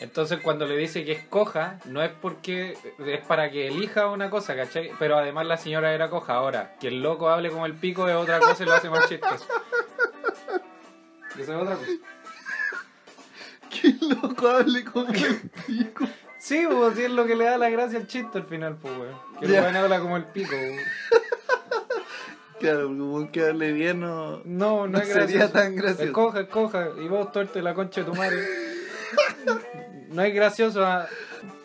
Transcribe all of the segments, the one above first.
Entonces cuando le dice que es coja, no es porque es para que elija una cosa, ¿cachai? Pero además la señora era coja. Ahora, que el loco hable como el pico es otra cosa y lo hace más chistoso. Eso es otra cosa. Qué loco hable con el pico. Sí, pues sí es lo que le da la gracia al chiste al final, pues weón. Que el Ya. weón habla como el pico, weón. Claro, porque un que hable bien no. No, no, No es sería gracioso. tan gracioso. Escoja, escoja, y vos tuerte la concha de tu madre. no es gracioso ah.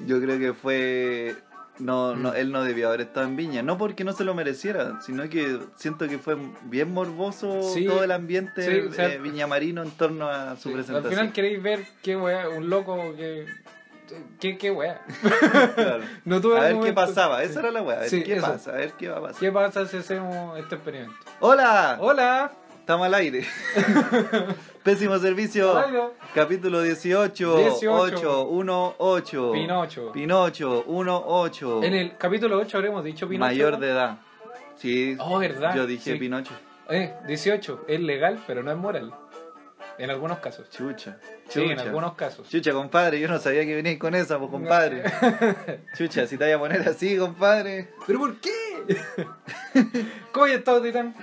Yo creo que fue. No, no, él no debió haber estado en Viña. No porque no se lo mereciera, sino que siento que fue bien morboso Sí. todo el ambiente Sí, o sea- eh, viñamarino en torno a su Sí, Al presentación. final queréis ver qué weá, un loco que. ¿Qué, qué weá? Claro. No tuve A ver qué momento- pasaba, Sí. esa era la weá. A ver Sí, qué eso. pasa, a ver qué va a pasar. ¿Qué Oh. pasa si hacemos este experimento? ¡Hola! ¡Hola! Estamos al aire. Pésimo servicio. Al aire. Capítulo 18. 18. 8, 1, 8. Pinocho. Pinocho, 1, 8. En el capítulo 8 habremos dicho Pinocho. Mayor ¿no? de edad. Sí. Oh, verdad. Yo dije Sí. Pinocho. Eh, 18. Es legal, pero no es moral. En algunos casos. Chucha. Chucha. Sí, en algunos casos. Chucha, compadre. Yo no sabía que venías con esa, pues, compadre. Chucha, si te voy a poner así, compadre. ¿Pero por qué? ¿Cómo has estado, Titán?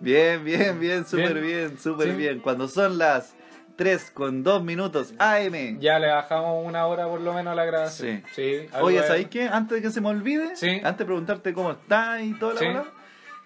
Bien, bien, bien, súper bien, súper Sí. bien. Cuando son las 3 con 2 minutos AM. Ya le bajamos una hora por lo menos a la grabación. Sí. Sí. algo Oye, de- ¿sabéis qué? Antes de que se me olvide, Sí. antes de preguntarte cómo está y toda la Sí. bola,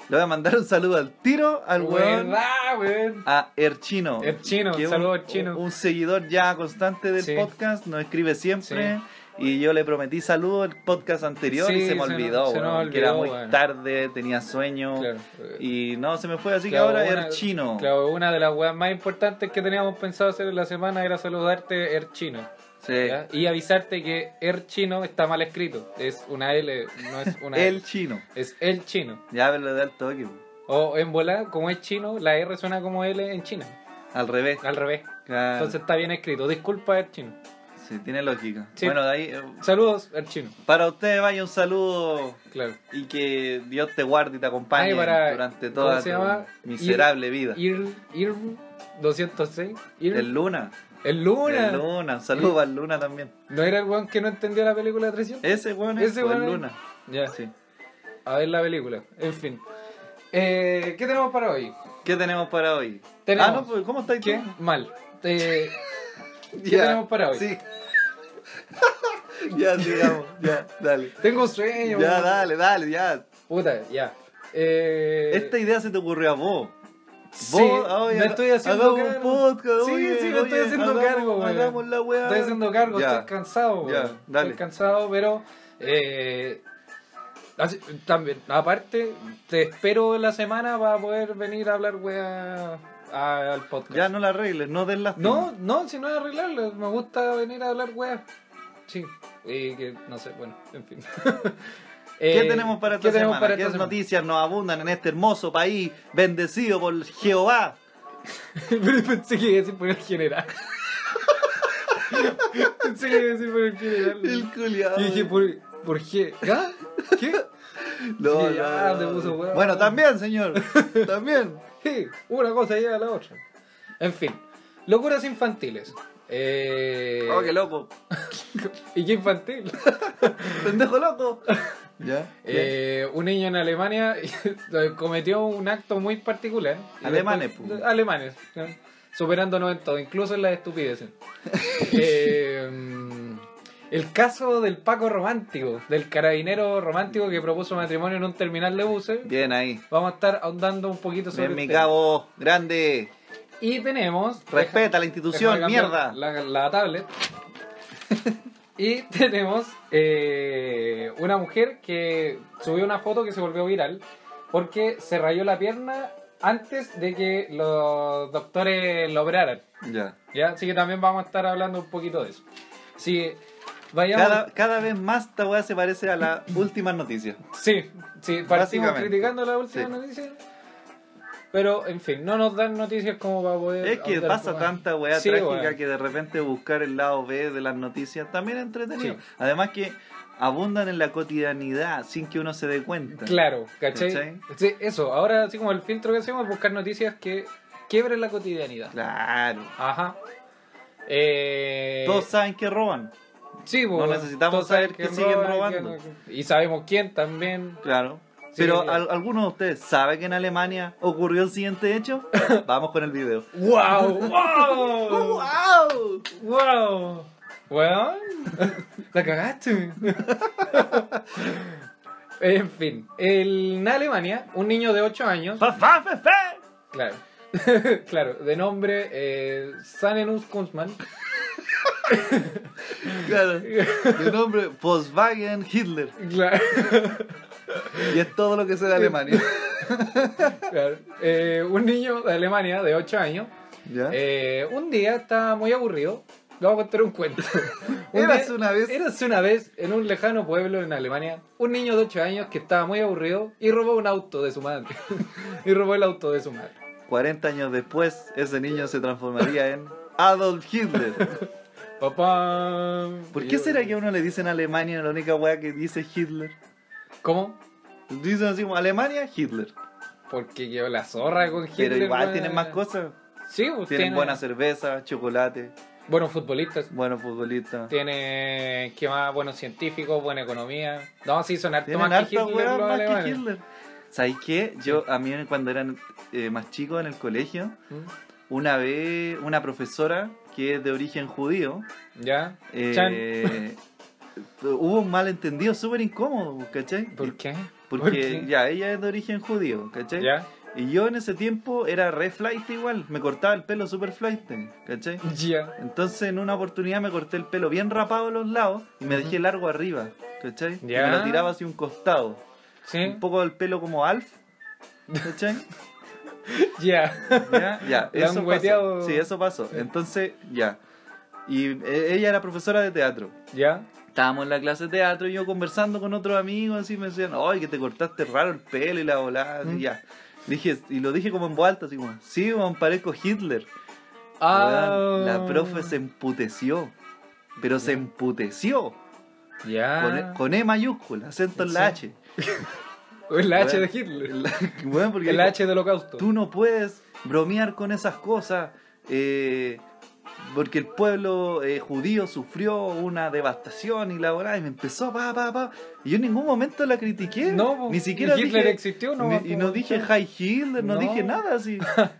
le voy a mandar un saludo al tiro, al weón, ¿Verdad, weón? a Erchino. Erchino, que es saludo, un, Erchino. Un seguidor ya constante del Sí. podcast, nos escribe siempre. Sí. Y yo le prometí saludo el podcast anterior Sí, y se me se nos- olvidó, se nos weón, que era olvidó, muy weón. tarde, tenía sueño Claro. Ah, y no, se me fue. Así Claro, que ahora una- Erchino. Claro, una de las weas más importantes que teníamos pensado hacer en la semana era saludarte Erchino. Sí. ¿ya? Y avisarte que Erchino está mal escrito. Es una L, no es una El L. chino. Es el chino. Ya verlo de alto toque. weón. O en volada, como es chino, la R suena como L en China. Al revés. Al revés. Claro. Ah, Entonces está bien escrito. Disculpa, Erchino. sí, tiene lógica. Sí. Bueno, de ahí. eh, Saludos, Erchino. Para ustedes vaya un saludo Claro. y que Dios te guarde y te acompañe Ay, para- durante ¿cómo toda se tu llama? miserable vida. Ir, ir 206. Ir, el Luna. el Luna. El Luna. Un saludo para el Luna también. ¿No era el weón que no entendió la película de traición? Ese weón es Ese pues, weón el es- Luna. Ya, Sí. a ver la película. En fin. Eh, ¿Qué tenemos para hoy? ¿Qué tenemos para hoy? Tenemos- Ah, no, pues, ¿cómo estáis ¿Qué? tú? Mal. Eh, ¿Qué tenemos para hoy? Sí. ya, digamos. Ya, dale. tengo sueño. Ya, weón. dale, dale, ya. Puta, ya. Eh, Esta idea se te ocurrió a vos. sí, Este Vos, ah, oye, me estoy haciendo hagamos un cargo. podcast, Sí, oye, sí, me estoy oye, haciendo hagamos- cargo, weón. Hagamos la weá. Estoy haciendo cargo, Ya. estoy cansado. Ya, weón. dale. Estoy cansado, pero. eh, así- también, aparte, te espero en la semana para poder venir a hablar, wea, a- al podcast. Ya no la arregles, no des lástima. No, no, si no es arreglarlo, me gusta venir a hablar weá. Sí, y que no sé, bueno, en fin. ¿Qué Eh, tenemos para esta ¿qué tenemos semana? para ¿Qué esta semana? noticias nos abundan en este hermoso país bendecido por Jehová? Pero pensé que iba a decir por el general. pensé que iba a decir por el general. culiado. Y dije, ¿por, por qué? ¿Ah? ¿Qué? No, Ya, no, te no. puso huevo. Bueno, también, señor. también. Sí, una cosa lleva a la otra. En fin, locuras infantiles. Eh, Oh, qué loco. ¿Y qué infantil? Pendejo loco. ya. Eh, un niño en Alemania cometió un acto muy particular. Y Alemanes, pues. después- pu. Alemanes. ¿no? Superándonos en todo, incluso en las estupideces. Eh, mm, el caso del Paco romántico, del carabinero romántico que propuso matrimonio en un terminal de buses. Bien ahí. Vamos a estar ahondando un poquito sobre Bien, mi el tema. cabo. Grande. Y tenemos. Respeta la deja- institución, deja mierda. cambiar La, la tablet. y tenemos eh, una mujer que subió una foto que se volvió viral porque se rayó la pierna antes de que los doctores lo operaran. Ya. ¿ya? Así que también vamos a estar hablando un poquito de eso. Así que vayamos. Cada, cada vez más esta weá se parece a las últimas noticias. Sí, sí, partimos Básicamente. criticando la última Sí. noticia. Pero, en fin, no nos dan noticias como para poder. Es que ahondar pasa como más. tanta weá Eh, Sí, trágica weá. que de repente buscar el lado B de las noticias también es entretenido. Sí. Además que abundan en la cotidianidad sin que uno se dé cuenta. Claro, ¿cachai? ¿Cachai? Sí, eso, ahora así como el filtro que hacemos es buscar noticias que quiebren la cotidianidad. Claro. Ajá. Eh, Todos saben que roban. Sí, no pues, necesitamos todos saben saber que siguen roban, que robando. no- y sabemos quién también. Claro. Sí, Pero claro. ¿al- alguno de ustedes sabe que en Alemania ocurrió el siguiente hecho. Vamos con el video. ¡Wow! ¡Wow! ¡Wow! ¡Wow! Weón, la cagaste. en fin, el- en Alemania, un niño de 8 años, ¡Fa, fa, fe, fe! claro, claro, de nombre eh, Sanenus Kunzmann, Claro. El nombre Volkswagen Hitler. claro, Y es todo lo que sé de Alemania. claro, eh, un niño de Alemania de 8 años, ¿Ya? eh, un día está muy aburrido, le voy a contar un cuento. Un día- Érase una vez. Érase una vez, en un lejano pueblo en Alemania, un niño de 8 años que estaba muy aburrido y robó un auto de su madre. y robó el auto de su madre. 40 años después, ese niño se transformaría en Adolf Hitler. Papá. ¿Por qué será que a uno le dicen Alemania la única weá que dice Hitler? ¿Cómo? Dicen así como Alemania, Hitler. Porque yo la zorra con Hitler. Pero igual weón. tienen más cosas. Sí, pues, Tienen tiene- buena cerveza, chocolate, buenos futbolistas. buenos futbolistas. Tiene ¿qué más? buenos científicos, buena economía. No, sí, son harto Tienen más que harta Hitler. weá los más que alemanes. Hitler. ¿Sabes qué? Yo, a mí cuando eran eh, más chicos en el colegio, ¿Mm? una vez una profesora que es de origen judío, ¿Ya? eh, hubo un malentendido súper incómodo, ¿cachai? ¿Por qué? Porque ¿Por qué? ya, ella es de origen judío, ¿cachai? ¿Ya? Y yo en ese tiempo era re flight igual, me cortaba el pelo súper flight, ¿cachai? Ya. Entonces en una oportunidad me corté el pelo bien rapado a los lados y me Ujú. dejé largo arriba, ¿cachai? Y Ya. me lo tiraba hacia un costado. ¿Sí? Un poco el pelo como Alf, ¿cachai? Ya. Ya, ya, Le han eso hueteado. pasó. Sí, eso pasó. Entonces, ya. Y eh, ella era profesora de teatro. ¿Ya? Estábamos en la clase de teatro y yo conversando con otros amigos así me decían, ay, que te cortaste raro el pelo y la volada, ¿Mm? y ya. Dije, y lo dije como en voz alta, así como, sí, weón, parezco Hitler. Ah. Weón, la profe se emputeció, pero se emputeció, Ya. con, con E mayúscula, acento en la Ah. Sí. H. El H de Weón, Hitler. Weón, porque El dijo, H de holocausto. Tú no puedes bromear con esas cosas. eh, porque el pueblo eh, judío sufrió una devastación y la volada, y me empezó pa, pa, pa. Y yo en ningún momento la critiqué. No, po. ni siquiera Hitler dije, existió, no. ni- y no dije Hi Hitler, no, No. dije nada así.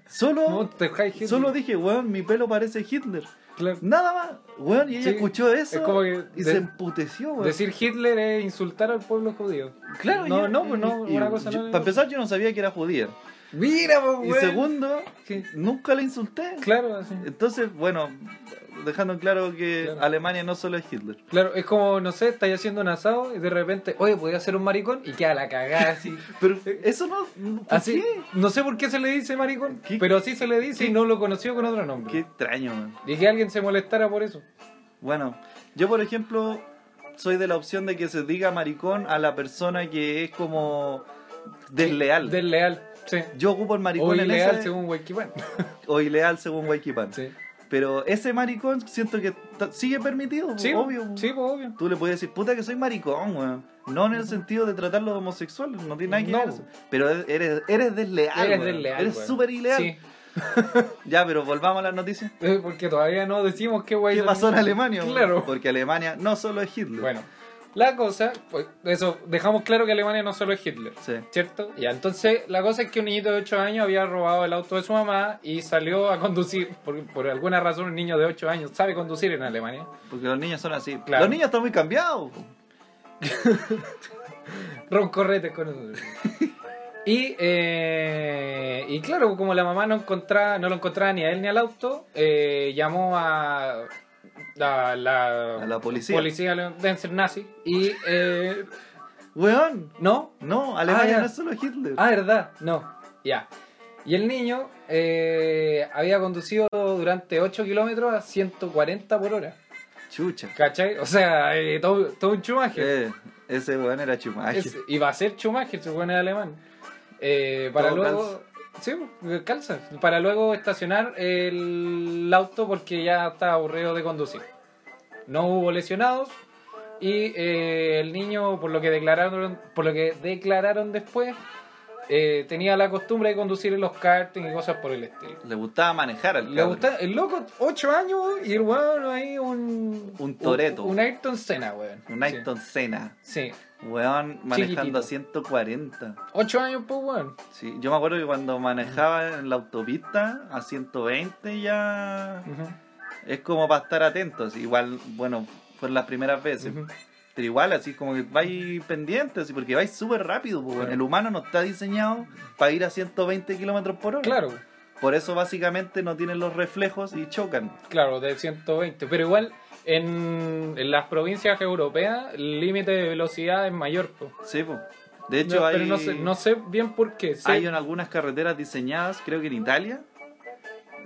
Solo, No, te- Hi Hitler. solo dije, weón, mi pelo parece Hitler. Claro. Nada más, weón, y ella Sí, escuchó eso es como que y de- se emputeció, weón. Decir Hitler es insultar al pueblo judío. claro, no, yo- no, pues no, y- y- una cosa yo- no- Para empezar, yo no sabía que era judía. Mira, po, Y weón. segundo, Que- nunca la insulté. Claro, así. Entonces, bueno, dejando en claro que Claro. Alemania no solo es Hitler. Claro, es como, no sé, estáis haciendo un asado y de repente, oye, podría ser un maricón y queda la cagada así. Pero eso no. ¿por así. qué? No sé por qué se le dice maricón, ¿Qué? pero así se le dice ¿Qué? y no lo conoció con otro Qué nombre. extraño, man. Y que alguien se molestara por eso. Bueno, yo por ejemplo soy de la opción de que se diga maricón a la persona que es como desleal. Desleal, sí. Yo ocupo el maricón O en ilegal ese- según Wikipedia. o ilegal según Wikipedia. Sí. Pero ese maricón siento que ta- sigue permitido, Sí, obvio. Sí, pues, obvio. Tú le puedes decir, puta que soy maricón, weón. No en el sentido de tratarlo de homosexual, no tiene nada que No. ver eso. Pero e-, eres, eres desleal. Eres weón. desleal. Eres weón. súper ileal. Sí. Ya, pero volvamos a las noticias. Eh, Porque todavía no decimos qué guay. ¿Qué pasó en Alemania? weón? Pues Claro. Porque Alemania no solo es Hitler. Bueno, la cosa, pues eso, dejamos claro que Alemania no solo es Hitler, Sí. ¿cierto? Ya, entonces la cosa es que un niñito de 8 años había robado el auto de su mamá y salió a conducir. Por, por alguna razón un niño de 8 años sabe conducir en Alemania. Porque los niños son así. Claro. Los niños están muy cambiados. Roncorretes con eso. Y, eh, y claro, como la mamá no, encontraba, no lo encontraba ni a él ni al auto, eh, llamó a, a la, A la policía. policía londinense nazi y... eh, Weón. ¿No? No, Alemania Ah, ya. no es solo Hitler. Ah, ¿verdad? No, ya. Y el niño eh, había conducido durante 8 kilómetros a 140 por hora. Chucha. ¿Cachai? O sea, eh, todo, todo un chumaje. Eh, ese weón era chumaje. Es- y va a ser Schumacher, se supone en alemán. Eh, para Todo luego. Sí, pues, calza. Para luego estacionar el auto porque ya está aburrido de conducir. No hubo lesionados. Y eh, el niño, por lo que declararon, por lo que declararon después, eh, tenía la costumbre de conducir en los karting y cosas por el estilo. Le gustaba manejar al Le cabrón. gusta, el loco, 8 años y el weón ahí un. Un Toretto. Un, un Ayrton Senna, weón. Un Ayrton Senna. Sí. Weón manejando Chiquitito. a 140. 8 años, pues, weón. Sí, yo me acuerdo que cuando manejaba en la autopista a 120 ya Ujú, es como para estar atentos. Igual, bueno, fueron las primeras veces. ujú. Pero igual, así como que vais pendientes, así, porque vais súper rápido. pues, bueno. Claro. El humano no está diseñado para ir a 120 kilómetros por hora. Claro, Por eso básicamente no tienen los reflejos y chocan. claro, de 120. Pero igual, en, en las provincias europeas, el límite de velocidad es mayor, pues. Sí, pues. De hecho, No, hay, Pero no sé, no sé bien por qué. sé- hay en algunas carreteras diseñadas, creo que en Italia.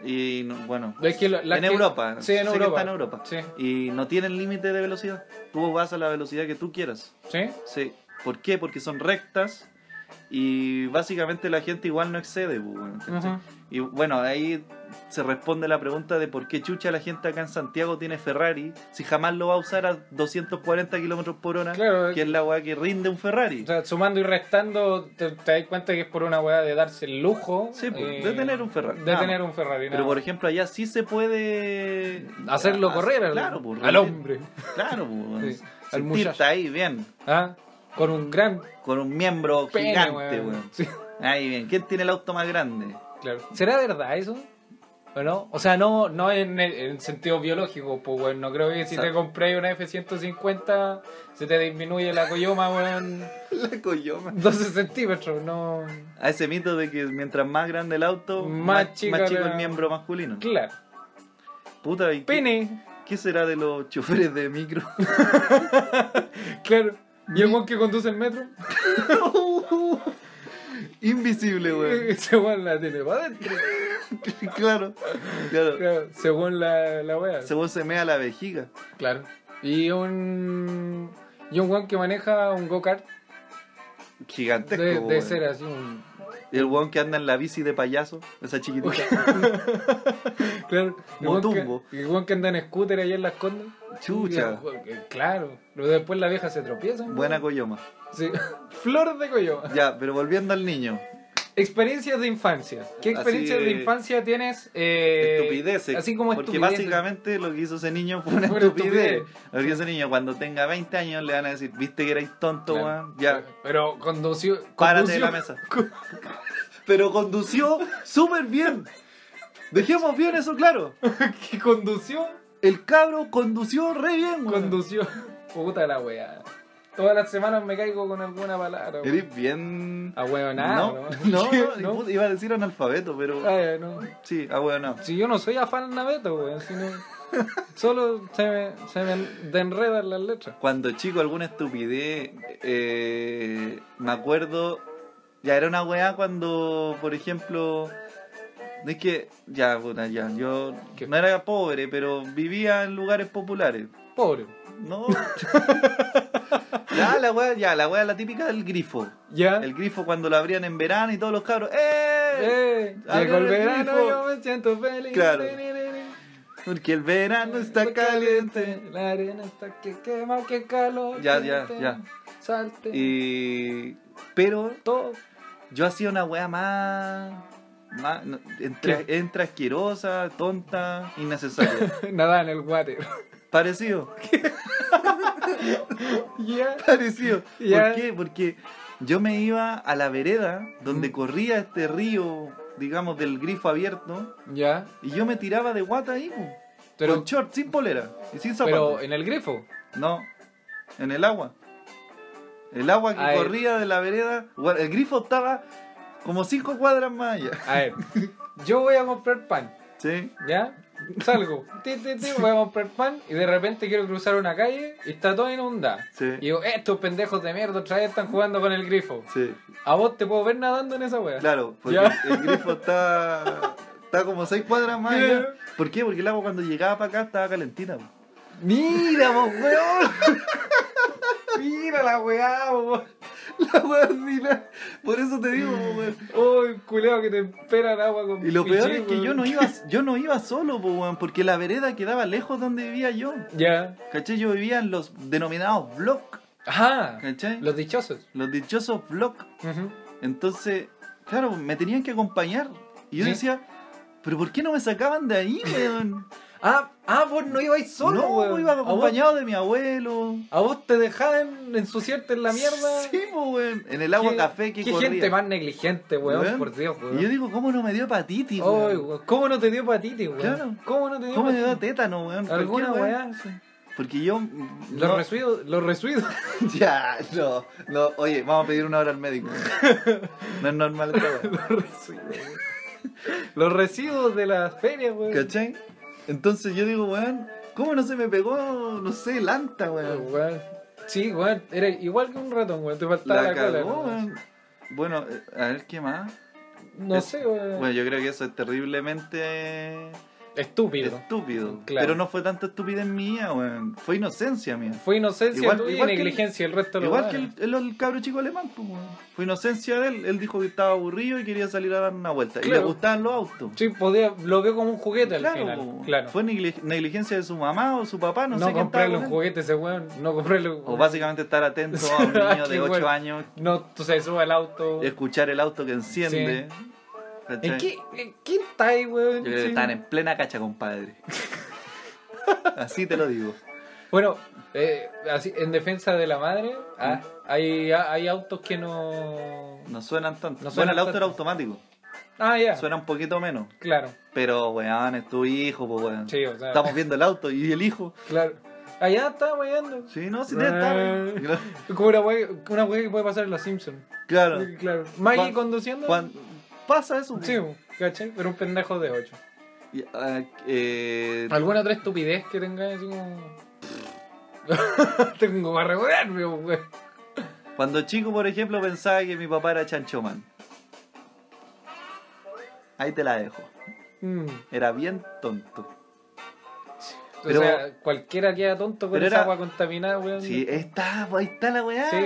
Y no- bueno, es que la- la en que- Europa. Sí, en sé que Europa. está en Europa. Sí, Y no tienen límite de velocidad. Tú vas a la velocidad que tú quieras. sí. Sí. ¿Por qué? Porque son rectas y básicamente la gente igual no excede. pues, bueno, ¿cachai? ujú. Y bueno, ahí se responde la pregunta de por qué chucha la gente acá en Santiago tiene Ferrari si jamás lo va a usar a 240 kilómetros por hora, Claro. que es la weá que rinde un Ferrari. O sea, sumando y restando, te, te das cuenta que es por una weá de darse el lujo. Sí, pues, eh, de tener un Ferrari, De nada tener más. un Ferrari. Pero nada por más. ejemplo, allá sí se puede Hacerlo hacer- correr al, claro, pues, al hombre. Claro, pues, Sí, al sentirte muchacho. ahí bien, ¿ah? Con un gran con un miembro pene, gigante, weón. weón. Sí, Ahí bien, ¿quién tiene el auto más grande? claro. ¿Será verdad eso? ¿O no? O sea, no, no en, el- en sentido biológico, pues, weón. No creo que si te Exacto. compráis una F-150 se te disminuye la coyoma, weón, La coyoma. 12 centímetros, no... A ese mito de que mientras más grande el auto, Más más, más chico chica la- el miembro masculino. Claro. Puta, ¿y qué- Pene, ¿Qué será de los choferes de micro? claro. ¿Y el weón que conduce el metro? Invisible, weón. Ese weón la tiene para adentro. claro, claro. Claro, según la, la wea. Según se mea la vejiga. Claro. Y un. Y un weón que maneja un go-kart de, Gigantesco, de weón. ser así un. Y el weón que anda en la bici de payaso, esa chiquitita. Claro. el Como weón que- Dumbo. El weón que anda en scooter allá en las condas. Chucha. Ya, eh, Claro. Luego después la vieja se tropieza. weón. Buena coyoma. Sí. Flor de coyo. Ya, pero volviendo al niño. Experiencias de infancia. ¿Qué Así experiencias de- de infancia tienes? Eh, estupideces. Así como Porque estupideces. básicamente lo que hizo ese niño fue una Fue una estupidez. estupidez. Porque ese niño cuando tenga 20 años le van a decir, viste que erais tonto, Claro. weón. Ya, Pero condució. párate de condució- la mesa. Pero condució súper bien. Dejemos bien eso claro. que condució. El cabro condució re bien, weón. Condució. Puta la wea. Todas las semanas me caigo con alguna palabra. weón. Eres bien... A huevo Ah, nada. no, no, no, ¿No? puta, iba a decir analfabeto, pero... Ay, no. Sí, ah, bueno, no. Si yo no soy afanabeto, weón. si no- solo se me, se me de- enredan las letras. Cuando chico alguna estupidez, eh, me acuerdo, ya era una weá cuando, por ejemplo, es que, ya, puta, ya, yo ¿Qué? no era pobre, pero vivía en lugares populares. Pobre. No. ya, la weá, ya, la weá, la típica del grifo. Ya. El grifo cuando lo abrían en verano y todos los cabros, ¡eh! Eh, llegó abrió el el verano, grifo. yo me siento feliz. Claro. Ni, ni, ni, ni. Porque el verano está caliente. La arena está que quema, que calor. Ya, ya, siente. ya. Salte. Y... Pero todo. yo hacía una weá más... más no, entre, entre asquerosa, tonta, innecesaria. Nada en el water. parecido, Ya. parecido. Ya. ¿Por qué? Porque yo me iba a la vereda donde corría este río, digamos, del grifo abierto, Ya. y yo me tiraba de guata ahí, po, Pero, con short, sin polera y sin zapatos. pero en el grifo. No, en el agua. El agua que Ay. corría de la vereda. bueno, El grifo estaba como cinco cuadras más allá. A ver. Yo voy a comprar pan. Sí. ¿Ya? Salgo, ti, ti, ti, voy a comprar pan y de repente quiero cruzar una calle y está todo inundada. Sí. Y digo, estos pendejos de mierda otra vez están jugando con el grifo. Sí. A vos te puedo ver nadando en esa wea. Claro, porque Ya. el grifo está. Está como seis cuadras más Ya. allá. ¿Por qué? Porque el agua cuando llegaba para acá estaba calentita. po. Oh, Mira vos, weón. Mira la weá, vos. La weá ordinaria. Por eso te digo, po, weón. Oh, el culeo que te espera el agua con Y lo peor pichí, es que weón. yo no iba, yo no iba solo, po, weón, porque la vereda quedaba lejos de donde vivía yo. Ya. ¿Cachai? Yo vivía en los denominados block. Ajá. ¿Cachai? Los dichosos. Los dichosos block. Ujú. Entonces, claro, me tenían que acompañar. Y yo Sí. decía, ¿pero por qué no me sacaban de ahí, weón? Ah, ah, vos no ibais solo, no, weón. Ah, iba A vos- acompañado de mi abuelo. A vos te dejaban ensuciarte en la mierda. Sí, po, weón. En el agua ¿Qué- café que Qué corría. gente más negligente, weón, Weón. por Dios, weón. Y yo digo, ¿cómo no me dio hepatitis, Ay, weón? weón, ¿Cómo no te dio patitis, weón? Claro. ¿Cómo no te dio ¿Cómo me dio patitis? tétano, weón? ¿Alguna Cualquier weá? Porque yo... Los no- resuidos, los resuidos. Ya, no, no, oye, vamos a pedir una hora al médico. No es normal esta weá. los residuos, weón. Los residuos de las ferias, weón. ¿Cachai? Entonces yo digo, weón, ¿cómo no se me pegó, no sé, lanta, weón? Ah, Weón. Sí, weón, era igual que un ratón, weón, te faltaba la, La cola. cagó, weón. weón. Bueno, eh, a ver qué más. No Es- sé, weón. Bueno, yo creo que eso es terriblemente Estúpido. estúpido. Claro. Pero no fue tanta estupidez mía, weón. Fue inocencia mía. Fue inocencia Igual- tuya y igual que el- negligencia el resto de los Igual que weones. el, el, el cabro chico alemán, pues, weón. Fue inocencia de él. Él dijo que estaba aburrido y quería salir a dar una vuelta. Y Claro. le gustaban los autos. Sí, podía, lo veo como un juguete al Claro, final. po. Claro. Fue negli- negligencia de su mamá o su papá, no, no sé quién estaba comprarle con un él. juguete a ese weón. No comprarle un O básicamente estar atento a un niño Qué de 8 bueno. años, No, tú sabes, suba al auto. escuchar el auto que enciende. ¿cachai? ¿En qué, en qué está ahí, weón? Yo creo que Sí. están en plena cacha, compadre. Así te lo digo. Bueno, eh, así, en defensa de la madre, ah, Mm. hay, hay autos que no. No suenan tanto. No bueno, suenan el auto tanto. era automático. Ah, ya. Suena un poquito menos. Claro. Pero, weón, es tu hijo, pues, weón. Sí, o sea. Estamos viendo el auto y el hijo. Claro. Allá estaba guayando. Sí, no, sí, debe estar, Eh. weón. Como una wea, una wea que puede pasar en Los Simpsons. Claro. Claro. Maggie Juan- conduciendo. Cuando pasa eso, Sí, ¿cachai? Pero un pendejo de 8. Y, ah, eh, ¿Alguna otra estupidez que tengáis así como.? Tengo que arreglarme, güey. Cuando chico, por ejemplo, pensaba que mi papá era chanchoman. Ahí te la dejo. Mm. Era bien tonto. o Pero- sea, cualquiera queda tonto con Pero esa era- agua contaminada, güey. Sí, ahí está, pues, ahí está la weá. Sí,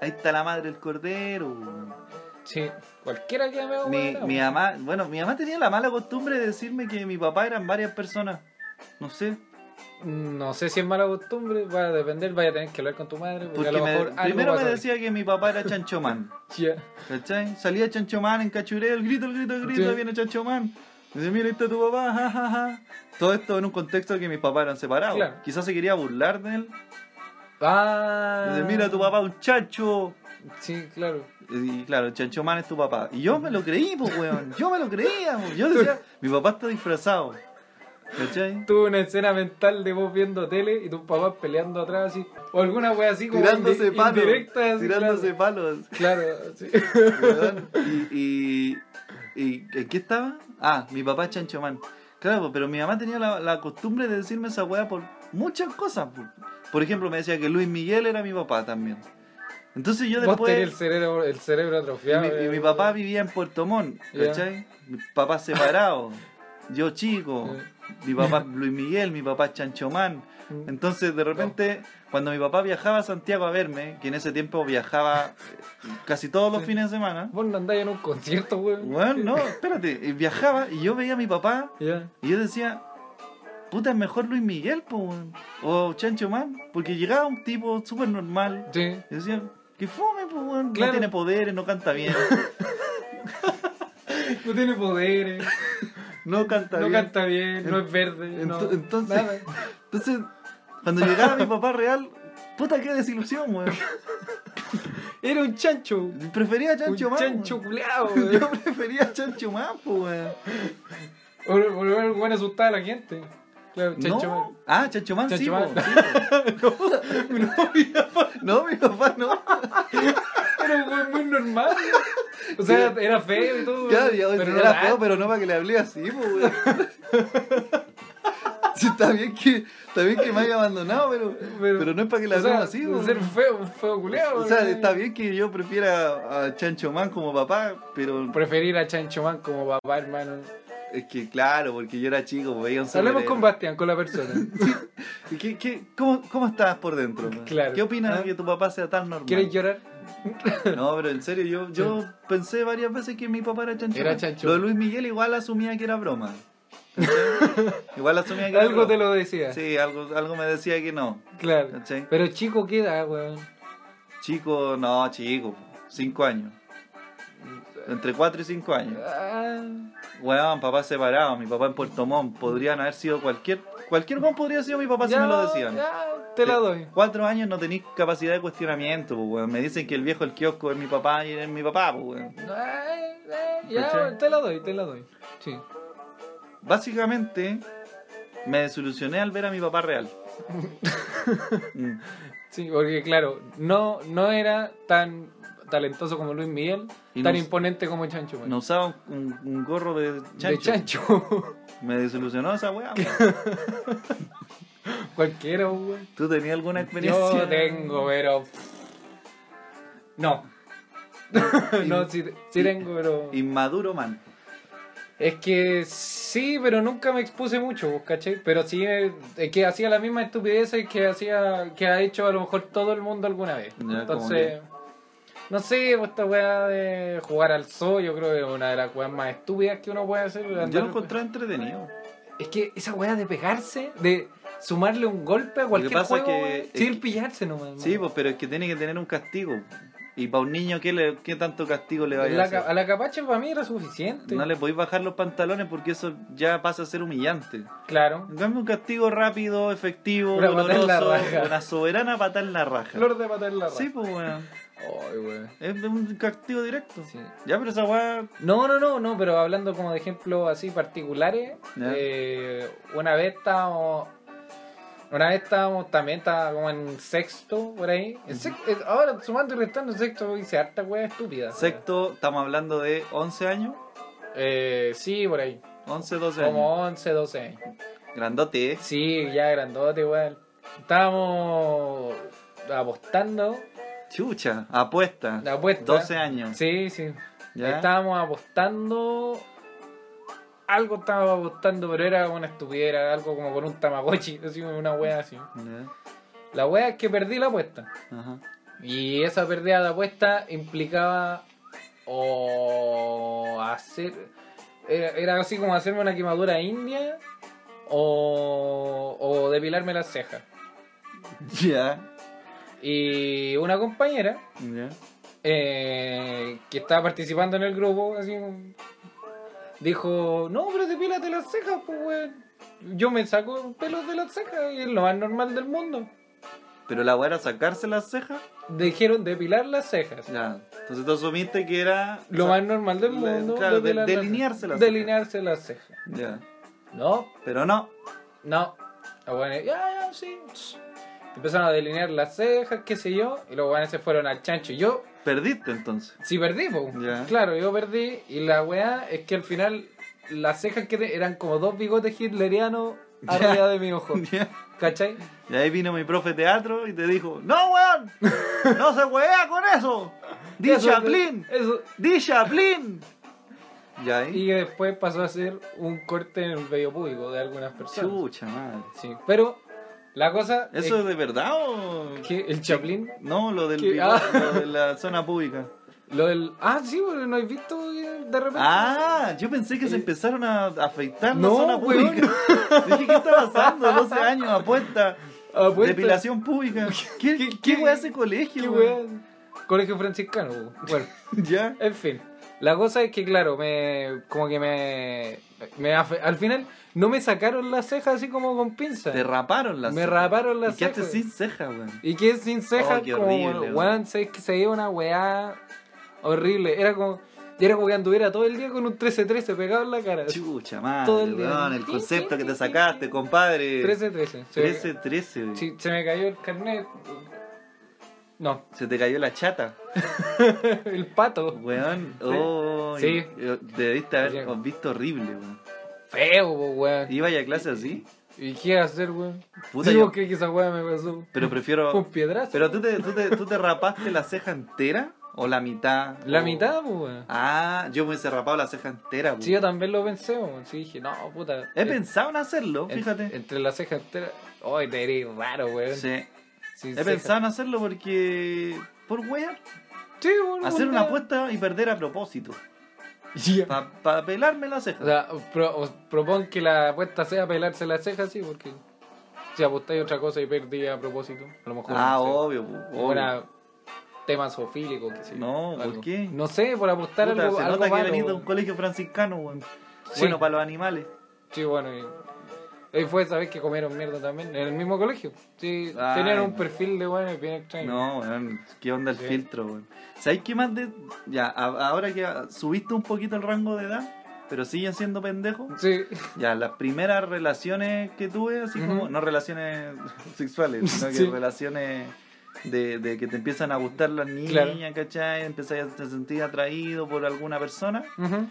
Ahí está la madre del cordero. weón. sí. Cualquiera queda medio Mi, hueonado. mi mamá, bueno, mi mamá tenía la mala costumbre de decirme que mi papá eran varias personas. No sé. Mm, No sé si es mala costumbre, va a depender, vaya a tener que hablar con tu madre. Porque, a Porque lo me- mejor algo primero me pasó. decía que mi papá era chanchoman. Ya. ¿Cachai? Salía Chanchomán en cachureo, el grito, el grito, el grito, Sí. viene Chanchomán. Dice, mira, ahí está tu papá, ja, ja, ja. Todo esto en un contexto de que mis papás eran separados. Claro. Quizás se quería burlar de él. Ah. Dice, mira, tu papá es un chancho. Sí, claro. Y claro, Chanchomán es tu papá. Y yo me lo creí, pues, weón. Yo me lo creía. po. Yo decía, mi papá está disfrazado. ¿Cachai? Tuve una escena mental de vos viendo tele y tus papás peleando atrás así. O alguna wea así como Tirándose indi- palos. indirecta, así, Tirándose claro. palos. Claro, sí. weón. Y, y, y- ¿en qué estaba? Ah, mi papá es Chanchomán. Claro, po, pero mi mamá tenía la, la costumbre de decirme esa weá por muchas cosas. po. Por ejemplo, me decía que Luis Miguel era mi papá también. Entonces yo Vos tenés el después... cerebro, el cerebro atrofiado. Y mi, y mi eh. papá vivía en Puerto Montt, Ya. ¿cachai? Mi papá separado, yo chico, mi papá es Luis Miguel, mi papá es Chanchomán. Mm. Entonces, de repente, cuando mi papá viajaba a Santiago a verme, que en ese tiempo viajaba eh, casi todos los Sí. fines de semana, Vos no andáis en un concierto, weón. bueno, no, espérate. Y Viajaba y yo veía a mi papá Ya. y yo decía, puta, es mejor Luis Miguel, po, weón. O Chancho Man. Porque llegaba un tipo súper normal. Sí. Y decía, que fome, po, weón. Claro. No tiene poderes, no canta bien. No tiene poderes, No canta no bien. canta bien, no es verde. Ento- no, entonces- nada. Entonces, cuando llegaba mi papá real, puta, qué desilusión, weón. Era un chancho. Prefería a Chancho Un Man. chancho weón. culeado, Yo weón. prefería a Chancho Man, po, weón. Por bueno asustar a la gente. Claro, chancho. no. mal. Ah, Chancho Man, sí, Chancho po, Man. sí, po. No, mi papá no. Era un weón muy normal. O sea, era feo y todo. Claro, weón, ya, pero no era da- feo, pero no para que le hablé así, pues, weón. Sí, está bien que, está bien que me haya abandonado, pero, pero, no es para que le o hablemos sea, así, de weón. ser feo, un feo culeado. O sea, weón. está bien que yo prefiera a Chancho Man como papá, pero Preferir a Chancho Man como papá, hermano. es que claro, porque yo era chico, pues, veía un Hablemos superhéroe. con Bastián, con la persona. ¿Y qué- qué- cómo, cómo estabas por dentro? weón? Claro. ¿Qué opinas Ah. de que tu papá sea tan normal? ¿Quieres llorar? No, pero en serio, yo, yo pensé varias veces que mi papá era Chancho Era Man. Chancho Lo de Man. Luis Miguel igual asumía que era broma. igual asumía que era Algo broma. te lo decía. Sí, algo, algo me decía que no. Claro. ¿Cachai? Pero chico, ¿qué edad, weón? Chico, no, chico. Cinco años. Entre 4 y 5 años. Ah, Weón, papá separado, mi papá en Puerto Montt. Podrían haber sido cualquier. Cualquier weón podría haber sido mi papá si ya, me lo decían. ya, te la doy. Cuatro años no tenéis capacidad de cuestionamiento, pues, weón. Me dicen que el viejo del kiosco es mi papá y eres mi papá, pues, weón. Ah, ah, Ya, ¿Cachai? te la doy, te la doy. Sí. Básicamente, me desilusioné al ver a mi papá real. Mm. Sí, porque claro, no, no era tan talentoso como Luis Miguel, Y tan no- imponente como Chancho. Man. No usaba un, un- un gorro de chancho. De Chancho. Me desilusionó esa weá. weón. Cualquiera, weón. ¿Tú tenías alguna experiencia? Yo tengo, pero. No. no, sí, sí tengo, pero. Inmaduro, man. Es que sí, pero nunca me expuse mucho, ¿vos ¿cachai? Pero sí, eh, es que hacía la misma estupidez que hacía que ha hecho a lo mejor todo el mundo alguna vez. Ya, Entonces, no sé, pues, esta weá de jugar al zoo, yo creo que es una de las weas más estúpidas que uno puede hacer. Yo andar- lo encontré entretenido. Es que esa weá de pegarse, de sumarle un golpe a cualquier pasa juego, que- weón, es sin que- pillarse nomás. Sí, weón. pues, pero es que tiene que tener un castigo. Y para un niño, ¿qué, le- qué tanto castigo le va a la, ca- hacer? a la capacha para mí era suficiente. No le podéis bajar los pantalones porque eso ya pasa a ser humillante. Claro. En cambio, un castigo rápido, efectivo, Una patada en la doloroso, raja. una soberana patada en la raja. Flor de patar la Sí, raja. pues, weón. Ay, weón. Es de un castigo directo. Sí. Ya, pero esa weá. No, no, no, no, pero hablando como de ejemplos así particulares, Ya. eh, una vez estábamos, una vez estábamos también, estaba como en sexto, por ahí. En sec- eh, ahora sumando y restando en sexto, hice harta wea estúpida. Sexto, estamos hablando de 11 años. Eh, sí, por ahí, 11, 12 años. como 11, 12 años. Grandote, eh. Sí, ya grandote igual. Estábamos apostando, Chucha, apuesta. la apuesta. 12 años. Sí, sí. ¿Ya? Estábamos apostando. Algo estábamos apostando, pero era una estupidez, era algo como con un tamagotchi, así una wea así. Ya, La wea es que perdí la apuesta. Ajá. Y esa pérdida de apuesta implicaba o hacer. Era, era así como hacerme una quemadura india o, o depilarme las cejas. Ya. Y una compañera Ya. eh, que estaba participando en el grupo, así, dijo, no, pero depílate las cejas, pues, weón. Yo me saco pelos de las cejas y es lo más normal del mundo. Pero la weá era sacarse las cejas. Dijeron depilar las cejas. Ya. Entonces tú asumiste que era. Lo más normal del la- mundo. claro, de- depilar las delinearse cejas. las cejas. Delinearse las cejas. Ya. No, Pero no. no. Los weones, ya, ya, sí. ch". Empezaron a delinear las cejas, qué sé yo, y los weones se fueron al chancho. Yo Perdiste entonces. Sí, perdí, po. Ya. Claro, yo perdí. Y la weá es que al final las cejas que te- eran como dos bigotes hitlerianos Ya. arriba de mi ojo. Ya. ¿Cachai? Y ahí vino mi profe de teatro y te dijo, no, weón, no se huevea con eso. Di Eso- Chaplin, Eso. di Chaplin. Y ahí, Y después pasó a ser un corte en el vello público de algunas personas. chucha madre. Sí. Pero la cosa ¿Eso es es de verdad o...? que el Chaplin, No, lo del ¿Qué? bigote, Ah. lo de la zona pública. lo del. Ah, sí, bueno, no he visto que de repente. Ah, yo pensé que se Eh. empezaron a afeitar la No, zona weón. pública. Dije, ¿qué está pasando? 12 años, apuesta, Apuesta. depilación pública. ¿Qué, ¿Qué- qué, qué- weá ese colegio? Qué weón? weá. Colegio franciscano, po. Bueno. Ya, En fin, la cosa es que, claro, me. Como que me. me afe- al final, no me sacaron las cejas así como con pinza. te raparon las me cejas. raparon las Y quedaste cejas. sin ceja, weón. Y quedé sin cejas, Oh, qué como. horrible, weón. weón, ¿sabes que se iba una weá horrible. Era como. Era como que anduviera todo el día con un 13-13 pegado en la cara. Chucha, madre, Todo el día. weón, el concepto que te sacaste, compadre. 13-13. Se- 13, 13. sí, se me cayó el carnet. No, Se te cayó la chata. el pato. Weón, oh, Sí. y- y- debiste haber Llega. visto horrible, weón. Feo, po, weón. ¿Iba a clase así? ¿Y qué iba a hacer, weón? Puta, Digo yo- que esa weá me pasó. Pero prefiero... Fue un piedrazo. Pero tú te, tú, te, tú te rapaste la ceja entera o la mitad. La O- mitad, pues, weón. Ah, yo me hubiese rapado la ceja entera, weón. Sí, yo también lo pensé, weón. Sí, dije, no, puta. He En- pensado en hacerlo, en- fíjate. entre las cejas enteras. Ay, te eres raro, weón. Sí. He Sin cejas. pensado en hacerlo porque... Por weón. Sí, weón, Hacer weón, una ya. apuesta y perder a propósito. Ya. Para pa pelarme la ceja. O sea, pro- os propon que la apuesta sea pelarse las cejas, sí, porque si apostáis otra cosa y perdí a propósito, a lo mejor. Ah, no sé, obvio, po, obvio. una- tema zoofílico. qué sé yo, No, ¿por algo. qué? No sé, por apostar Puta, algo, se algo nota que malo. venís de un colegio franciscano, weón. Sí. Bueno, para los animales. Sí, bueno, y, y fue esa vez que comieron mierda también, en el mismo colegio. Sí, Ay, tenían un no. perfil de bueno bien extraño. No, weón, qué onda el Sí. filtro, weón. ¿Sabes qué más de.? Ya, a- ahora que ah, subiste un poquito el rango de edad, pero siguen siendo pendejos. Sí, Ya, las primeras relaciones que tuve, así Ujú. como. No relaciones sexuales, sino que Sí. relaciones de, de que te empiezan a gustar las niñas, Claro. ¿cachai? Empezás a te sentir atraído por alguna persona. ujú,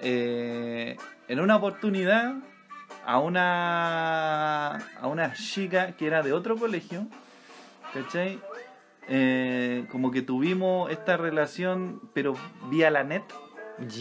Eh, en una oportunidad, a una, a una chica que era de otro colegio, ¿cachai? Eh, como que tuvimos esta relación, pero vía la net.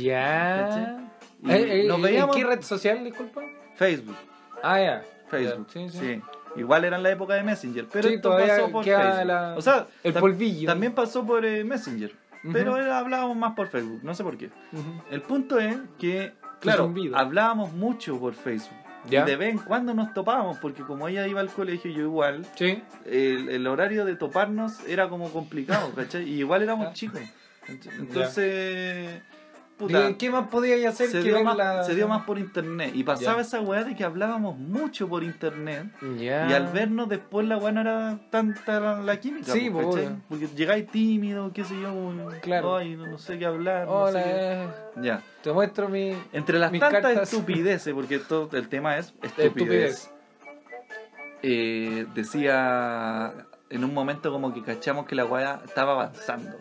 Ya. Y Eh, eh, nos veíamos ¿En qué red social, disculpa? Facebook. Ah, ya. Facebook, Ya, sí, sí, sí. Igual era en la época de Messenger, pero Sí, esto todavía pasó por queda Facebook. la- O sea, El tam- polvillo. también pasó por eh, Messenger, Ujú, pero eh, era- hablábamos más por Facebook, no sé por qué. ujú. El punto es que, Es claro, un video. hablábamos mucho por Facebook. Ya. Y de vez en cuando nos topábamos, porque como ella iba al colegio y yo igual, Sí. el, el horario de toparnos era como complicado, ¿cachai? Y igual éramos Ya. chicos. Entonces, puta, Digo, ¿Qué más podía hacer se que dio, ver más, la- se dio más por internet. Y pasaba Ya. esa weá de que hablábamos mucho por internet. Ya. Y al vernos después la weá no era tanta la química. Sí, pues, pues, ¿cachai? obvio. Porque llegáis tímido, qué sé yo, como, Claro. ay, no, no sé qué hablar. no sé Hola, qué". eh, Ya. te muestro mi. Entre las Mis tantas cartas. estupideces, eh, porque todo el tema es estupidez. Estupidez. Eh, decía en un momento como que cachamos que la weá estaba avanzando.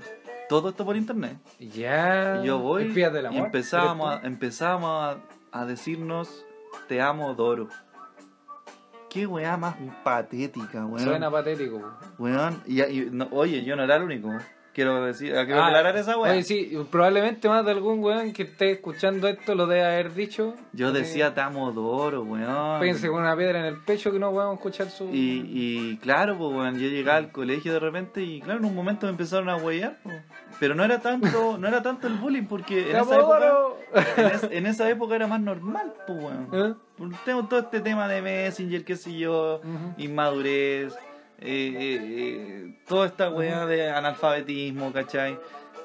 Todo esto por internet. Ya. Y yo voy Ah, El Pías del y amor, empezábamos, ¿eres a, empezábamos a, a decirnos te amo Doro. Qué weá más patética, tú? weón. Suena patético. po. Weón, y- y no- oye, yo no era el único. Quiero decir, quiero Ah, aclarar esa weá. Oye, sí, probablemente más de algún weón que esté escuchando esto lo debe haber dicho. Yo decía te amo Doro, weón. Piense con una piedra en el pecho que no podemos escuchar su. Y, y claro, pues, weón, yo llegaba al colegio de repente y claro, en un momento me empezaron a huellar, pero no era tanto, no era tanto el bullying porque en ¡Te esa, época, adoro! en, es- en esa época era más normal, pues, weón. ¿Eh? Tengo todo este tema de Messenger, qué sé yo, Ujú. inmadurez, eh, eh, eh, toda esta weá de analfabetismo, ¿cachai?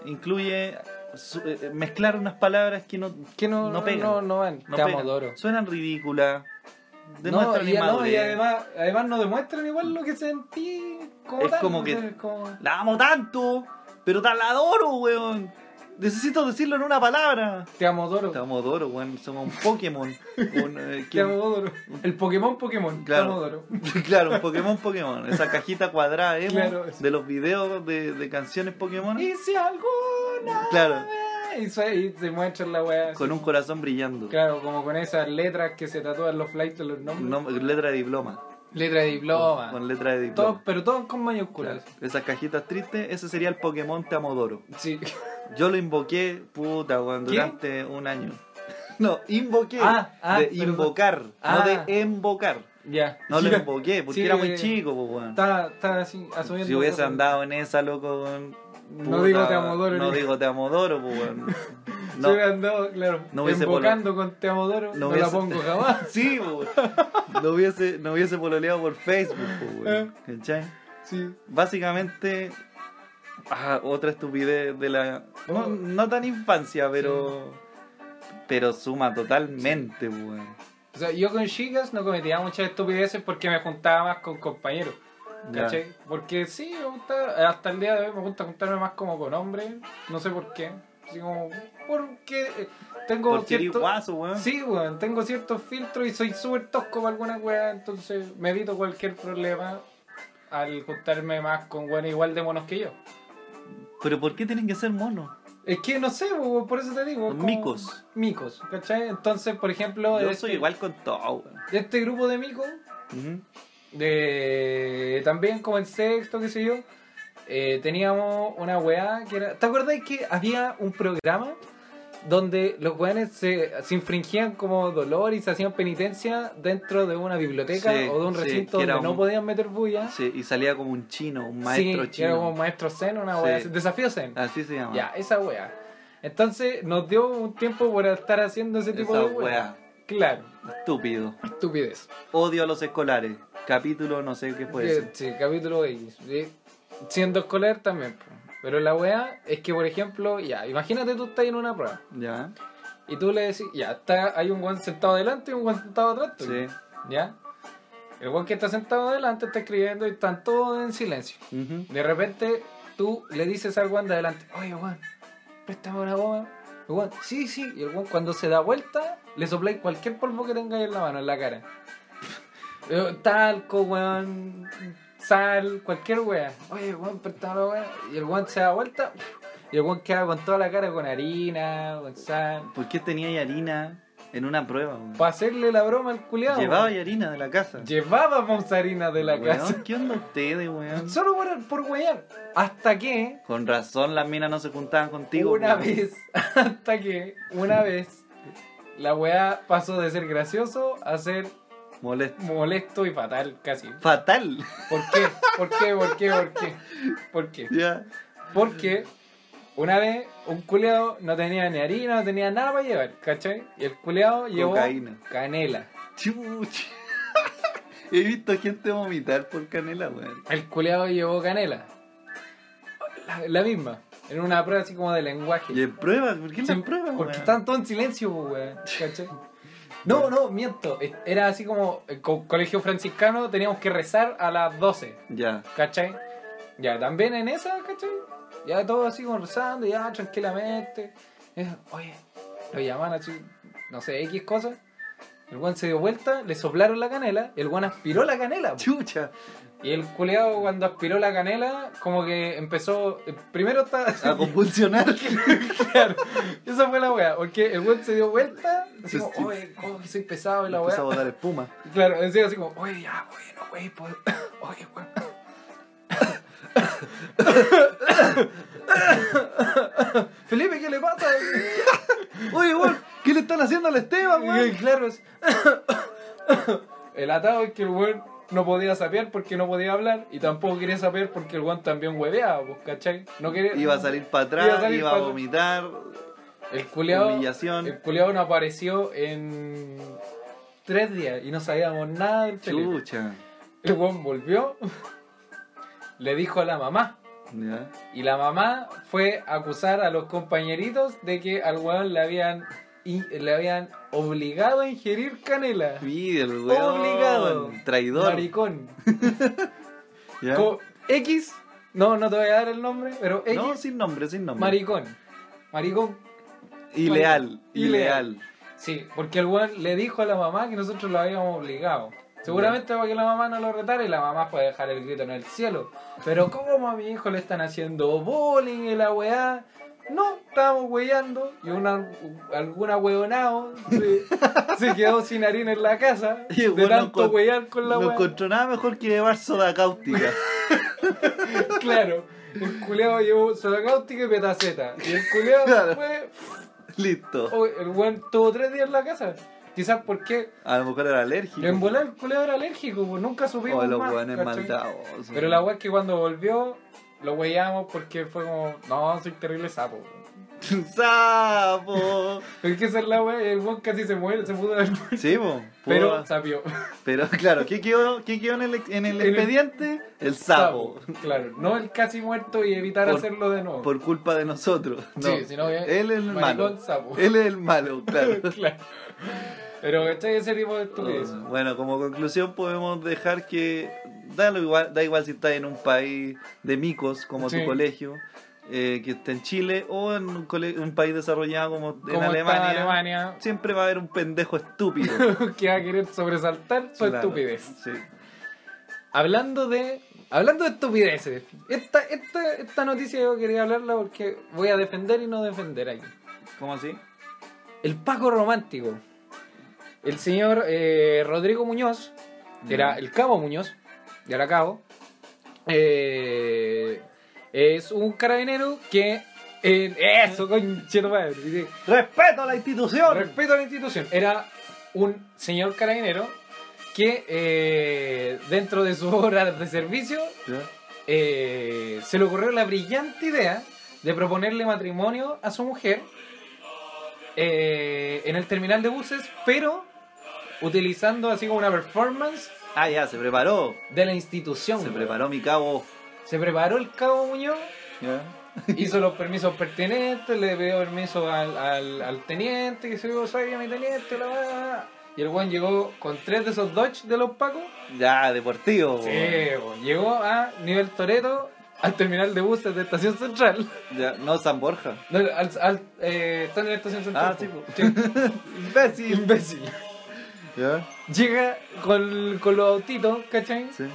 Incluye su- eh, mezclar unas palabras que no, Que no, No no, pegan. no, no van. no Te amo, pegan. Doro. suenan ridículas, No, demuestran y, ya no, inmadurez. y además, además no demuestran igual lo que sentí. Como Es tal, como o que- sea, es como- La amo tanto, pero tan la adoro, weón. Necesito decirlo en una palabra. Te amo, Doro. Te amo, adoro, weón. Somos un Pokémon. Un, eh, Te que- amo, Doro. El Pokémon, Pokémon. Claro. Te amo, Doro. Claro, un Pokémon, Pokémon. Esa cajita cuadrada, emo, Claro, eso. de los videos de, de canciones Pokémon. Y si alguna. Claro, vez- Y, se- y se muestran la weá. así. con un corazón brillando. Claro, como con esas letras que se tatúan los flights de los nombres. No, letra de diploma. Letra de diploma. Con letra de Todos- diploma. pero todos con Claro. mayúsculas. Esas cajitas tristes, ese sería el Pokémon Te amo, adoro. Sí. Yo lo invoqué, puta, weón, ¿Qué? durante un año. No, invoqué. Ah, ah, de perdón. invocar, Ah. no de invocar. Ya. No lo Ya. invoqué, porque Sí, era muy eh, chico, po, weón. Está, está así, asumiendo. Si hubiese cosas. andado en esa, loco, weón. No puta, digo te amo, Doro, No ni- digo te amo, Doro, po, weón. Si No, hubiera andado, claro. No hubiese invocando con Te amo, Doro, No no, hubiese- la pongo jamás. sí, po, weón. No hubiese, no hubiese pololeado por Facebook, po, weón. Ah. ¿Cachai? Sí. Básicamente, ah, otra estupidez de la. Oh. No, no tan infancia, pero. Pero suma totalmente, po, weón. O sea, yo con chicas no cometía muchas estupideces porque me juntaba más con compañeros. Ya. ¿Cachai? Porque sí, me gusta, hasta el día de hoy me gusta juntarme más como con hombres. No sé por qué. Así como, porque eh, tengo Porque eres cierto- guaso, weón. Sí, weón, tengo ciertos filtros y soy súper tosco para alguna weá, entonces me evito cualquier problema al juntarme más con weones igual de monos que yo. Pero ¿por qué tienen que ser monos? Es que no sé, weón, por eso te digo. es como- Micos. Micos, ¿cachai? Entonces, por ejemplo, Yo este, soy igual con todo, weón. este grupo de micos, Ujú. de, también como en sexto, qué sé yo, eh, teníamos una weá que era... ¿Te acuerdas que había un programa? Donde los weones se, se infringían como dolor y se hacían penitencia dentro de una biblioteca Sí, o de un sí, recinto que era donde no un- podían meter bulla. Sí, y salía como un chino, un Sí, maestro que era como chino. maestro zen, una weá. Sí. Ah, así, Desafío zen. Así se llama. Ya, esa weá. Entonces nos dio un tiempo por estar haciendo ese tipo Esa de weá. weá. Claro, Estúpido. estupidez. Odio a los escolares. Capítulo no sé qué fue Eh, ese. sí, capítulo X. eh, Siendo escolar también. po. Pero la weá es que, por ejemplo, ya, imagínate tú estás en una prueba Ya, y tú le decís, ya, está, hay un weón sentado delante y un weón sentado atrás tuyo, sí. ¿ya? El weón que está sentado delante está escribiendo y están todos en silencio. Ujú. De repente tú le dices al weón de adelante, oye weón, préstame una goma. El weón, sí, sí. Y el weón cuando se da vuelta, le sopláis cualquier polvo que tengáis en la mano, en la cara. Eh, Talco, weón, sal, cualquier weón. Oye, weón, préstame una weón. Y el weón se da vuelta y el weón queda con toda la cara con harina, con sal. ¿Por qué tenía ahí harina en una prueba? weón? Para hacerle la broma al culiado. Llevaba ahí harina de la casa. Llevábamos harina de la Weón, casa. ¿Qué onda ustedes, weón? Solo por, por weón. Hasta que Con razón las minas no se juntaban contigo. una weón. vez, hasta que una vez la weá pasó de ser gracioso a ser Molesto. molesto y fatal casi. Fatal. ¿Por qué? ¿Por qué? ¿Por qué? ¿Por qué? ¿Por qué? ya. Porque una vez un culeado no tenía ni harina, no tenía nada para llevar, ¿cachai? Y el culeado llevó Cocaína. canela. Chuch. He visto gente vomitar por canela, weón. El culeado llevó canela. La, la misma. En una prueba así como de lenguaje. Y en pruebas, ¿por qué en las Sí, pruebas, Porque weón? estaban todos en silencio, pues, weón. ¿cachai? No, no, miento. Eh, Era así como eh, co- colegio franciscano, teníamos que rezar a las 12, Ya. ¿cachai? Ya, también en esa, ¿cachai? Ya todos así como rezando, ya tranquilamente. Eh, Oye, lo llaman así, no sé, X cosas. El guan se dio vuelta, le soplaron la canela, el guan aspiró la canela. pues. Chucha. Y el culeado cuando aspiró la canela, como que empezó, eh, primero está... A convulsionar. Claro, esa fue la wea, porque el weón se dio vuelta, así como, Sí. oye, como que soy pesado y la Empezó a wea. botar espuma. Claro, decía así como, oye, ya, oye, no, wey, pues, oye, weón. Felipe, ¿qué le pasa? Oye, weón, ¿qué le están haciendo al Esteban, Y weón? claro, es- el atado es que el weón no podía saber porque no podía hablar y tampoco quería saber porque el weón también hueveaba, pues, ¿cachai? No quería, Iba a salir para Iba a atrás, salir iba pa' a atrás. vomitar. El culeado. Humillación. El culeado no apareció en tres días y no sabíamos nada del Felipe. Chucha. El weón volvió, le dijo a la mamá. Ya. Y la mamá fue a acusar a los compañeritos de que al weón le habían, y- le habían obligado a ingerir canela. Mira, el weón. Obligado. Traidor. Maricón. Ya. Co- X, no, no te voy a dar el nombre, pero X, No, sin nombre, sin nombre. maricón. Maricón Ileal. Y leal. Ileal. Sí, porque el weón le dijo a la mamá que nosotros lo habíamos obligado. Seguramente para que la mamá no lo retara y la mamá puede dejar el grito en el cielo. Pero ¿cómo a mi hijo le están haciendo bullying y la weá? No, estábamos weyando y una, alguna weonao se, se quedó sin harina en la casa Y de el weón no tanto encont- weyar con la No weá. encontró nada mejor que llevar soda cáustica. Claro, el culeado llevó soda cáustica y petaceta. Y el culeado Claro. fue... Listo. oh, el weón tuvo tres días en la casa. Quizás porque A lo mejor era alérgico. En volar el culeo era alérgico, pues, nunca supimos Oh, los más, weones ¿cachai? maldados. Pero la weá es que cuando volvió, lo weyamos porque fue como, no, soy terrible sapo. ¡Sapo! Es que esa es la weá, el weón casi se muere, se pudo haber muerto, Sí, po. Pero Pero, sapió. pero claro, ¿qué quedó, qué quedó en el, en el En el- expediente? El sapo. Claro, no el casi muerto y evitar Por- hacerlo de nuevo. Por culpa de nosotros. No. Sí, si no, ya- Él es el Maricón, malo. sapo. Él es el malo, claro. Oh, claro. Pero ¿cachai? ese tipo de estupidez. Bueno, como conclusión podemos dejar que da, lo igual, da igual si estás en un país de micos como Sí. tu colegio, eh, que esté en Chile o en un, cole- un país desarrollado como en Como Alemania, está Alemania, siempre va a haber un pendejo estúpido. que va a querer sobresaltar su Claro, estupidez. Sí. Hablando de. Hablando de estupideces. Esta, esta, esta noticia yo quería hablarla porque voy a defender y no defender aquí. ¿Cómo así? El Paco Romántico. El señor eh, Rodrigo Muñoz, que era el cabo Muñoz, ya era cabo, eh, es un carabinero que. eh, eso, conchero madre. dice, ¡Respeto a la institución! Respeto a la institución. Era un señor carabinero que eh, dentro de sus horas de servicio Ya. eh, se le ocurrió la brillante idea de proponerle matrimonio a su mujer eh, en el terminal de buses, pero utilizando así como una performance Ah, ya, se preparó. de la institución. Se weón. preparó mi cabo. Se preparó el cabo Muñoz Ya. hizo los permisos pertinentes, le pidió permiso al, al, al teniente, que se yo, soy mi teniente, la weá. Y el weón llegó con tres de esos Dodge de los Pacos. Ya, deportivo. Sí, weón. weón. llegó a nivel Toreto al terminal de buses de Estación Central. Ya, no San Borja. No, al, al, eh, está en la Estación Central. Ah, sí, po. po. Sí. Imbécil. Imbécil. Ya, Llega con, con los autitos, ¿cachai? sí.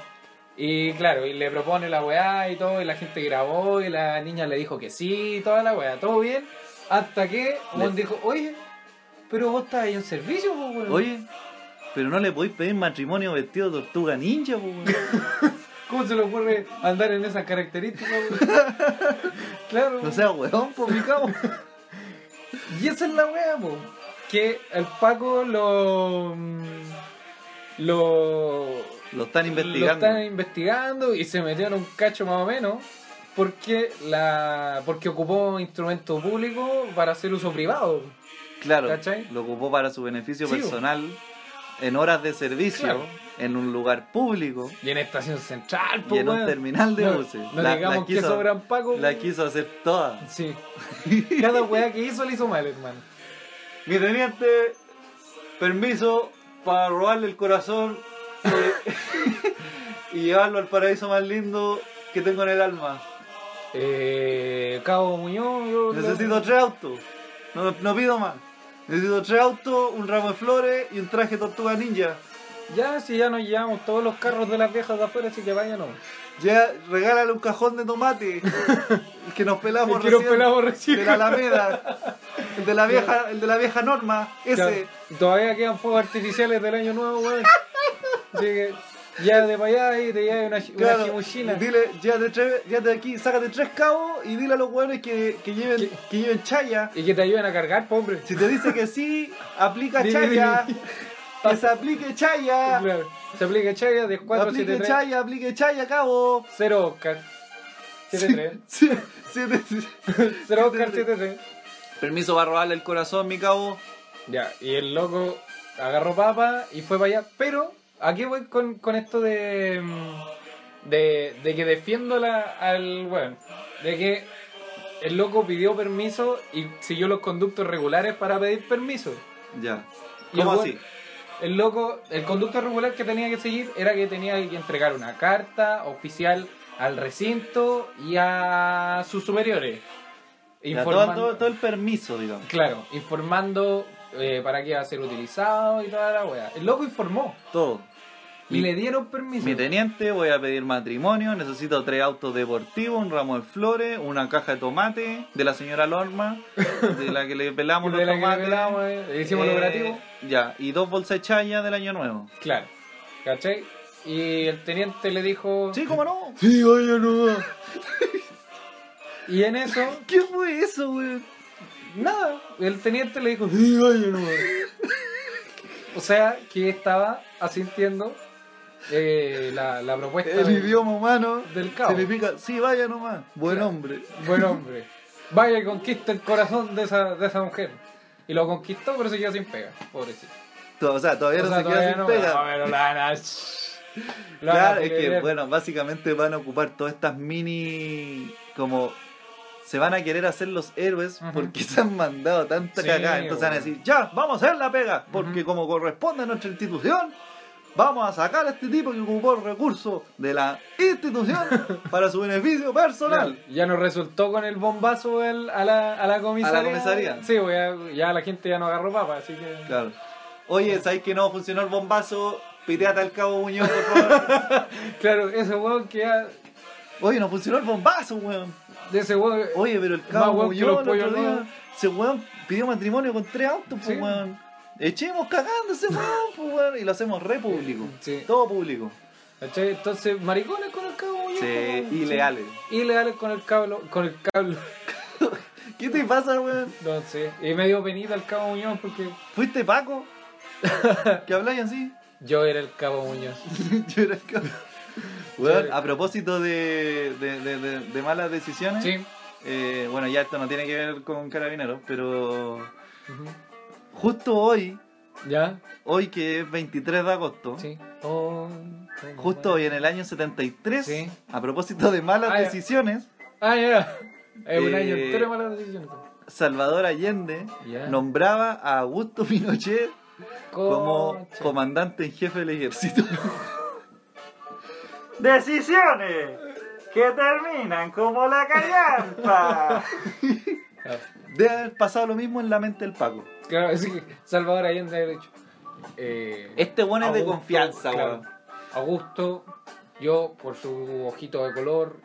Y claro, y le propone la weá y todo, y la gente grabó, y la niña le dijo que sí, y toda la weá, todo bien. Hasta que Juan dijo, oye, pero vos estás ahí en servicio, po, weón. Oye, pero no le podéis pedir matrimonio vestido de tortuga ninja, po, weón. ¿Cómo se le ocurre andar en esas características, weón? claro. No sea weón, po, mi cabo. Y esa es la wea, po. Que el Paco lo. mm, Lo. Lo están Lo investigando. están investigando y se metieron un cacho más o menos. Porque la. Porque ocupó instrumento público para hacer uso privado. Claro, ¿Cachai? lo ocupó para su beneficio Sí, po. personal, en horas de servicio, Claro. en un lugar público Y en estación central, po, y en un weón. terminal de No, buses. no digamos que quiso, sobran Paco. la weón. quiso hacer toda. Sí. Cada wea que hizo le hizo mal, hermano. Mi teniente, permiso para robarle el corazón eh, y llevarlo al paraíso más lindo que tengo en el alma. Eh, Cabo Muñoz. yo- Necesito tres autos. No, no pido más. Necesito tres autos, un ramo de flores y un traje tortuga ninja. Ya, si ya nos llevamos todos los carros de las viejas de afuera, así que váyanos. Ya, regálale un cajón de tomate. El que nos pelamos El que nos recién. pelamos recién. De la Alameda. El de la vieja, el de la vieja norma. Ya, Ese. Todavía quedan fuegos artificiales del año nuevo, weón. Así que ya de para allá y te llevas una, una Claro, chimuchina. dile, llévate, tres- llévate de aquí, sácate tres cabos y dile a los hueones que, que lleven, ¿Qué? que lleven chaya. Y que te ayuden a cargar, po, hombre. Si te dice que sí, aplica Dile, chaya. dile. Que se aplique chaya. Claro. Se aplica Chaya de Aplique 473. chaya, aplique chaya, cabo. 0 Oscar. 73. Sí, sí, sí. 0 Oscar 73. Permiso va a robarle el corazón, mi cabo. Ya, y el loco agarró papa y fue para allá. Pero aquí voy con, con esto de, mm, de. de que defiendo la, al weón. De que el loco pidió permiso y siguió los conductos regulares para pedir permiso. Ya. Y el ¿Cómo weón- así? El loco, el conducto regular que tenía que seguir era que tenía que entregar una carta oficial al recinto y a sus superiores. Ya, Informando- todo, todo- todo el permiso, digamos. Claro, informando eh, para qué iba a ser utilizado y toda la wea. El loco informó Todo. y Mi- le dieron permiso. Mi teniente, voy a pedir matrimonio, necesito tres autos deportivos, un ramo de flores, una caja de tomate de la señora Lorma, de la que le pelamos de los la que tomates. hablamos, eh, le hicimos Eh, el operativo. Ya, y dos bolsas de chaya del año nuevo. Claro, ¿cachai? Y el teniente le dijo... Sí, cómo no. Sí, oye, no. Y en eso, ¿Qué fue eso, güey? nada, el teniente le dijo... Sí, oye, no. O sea, que estaba asintiendo eh, la, la propuesta El del- idioma humano del cabo. significa, sí, vaya nomás, buen Claro. hombre. Buen hombre. Vaya y conquista el corazón de esa, de esa mujer. Y lo conquistó, pero se quedó sin pega. Pobrecito. To- O sea, todavía O no sea, se queda todavía sin no, pega. no, pero la van a- la van a Claro, es que, pelear. bueno, básicamente van a ocupar todas estas mini. como. Se van a querer hacer los héroes Ujú. porque se han mandado tanta Sí, cagada. Entonces van a bueno. decir, ya, vamos a hacer la pega. Porque Ujú. como corresponde a nuestra institución, vamos a sacar a este tipo que ocupó el recurso de la institución para su beneficio personal. Ya, ya nos resultó con el bombazo el- a, la, a la comisaría. comisaría. Sí, pues ya, ya la gente ya no agarró papa, así que. Claro. Oye, ¿sabes que no funcionó el bombazo? Piteate al cabo Muñoz, por favor. Claro, ese hueón que ya. Oye, no funcionó el bombazo, weón. De ese hueón. Oye, pero el Más cabo weón que Muñoz los el otro pollos día, nuevos. ese weón pidió matrimonio con tres autos, pues Sí. weón. Echemos cagando ese weón, pues weón. Y lo hacemos re público. Sí. Todo público. ¿Cachai? Entonces, maricones con el cabo Muñoz, Sí, weón. y leales. ilegales con el cable, con el cable, ¿Qué te pasa, weón? no sé. Y me dio penita el cabo Muñoz porque ¿Fuiste Paco? ¿Que habláis así? yo era el cabo Muñoz. Yo era el cabo. Weón, Sí. a propósito de, de, de- de- de malas decisiones. Sí. eh, bueno, ya esto no tiene que ver con carabineros, pero Ujú. justo hoy, ¿Ya? hoy que es 23 de agosto, Sí. Oh, oh, Justo hoy en el año 73, Sí. a propósito de malas Ah, ya. decisiones, Ah, ya. Es un año Eh, entero de malas decisiones. Salvador Allende Ya. nombraba a Augusto Pinochet como Concha. comandante en jefe del ejército. Decisiones que terminan como la Claro. callampa. Debe haber pasado lo mismo en la mente del Paco. Claro, así que Salvador Allende ha dicho. eh, Este weón es de Augusto, confianza, claro. Augusto, yo por su ojito de color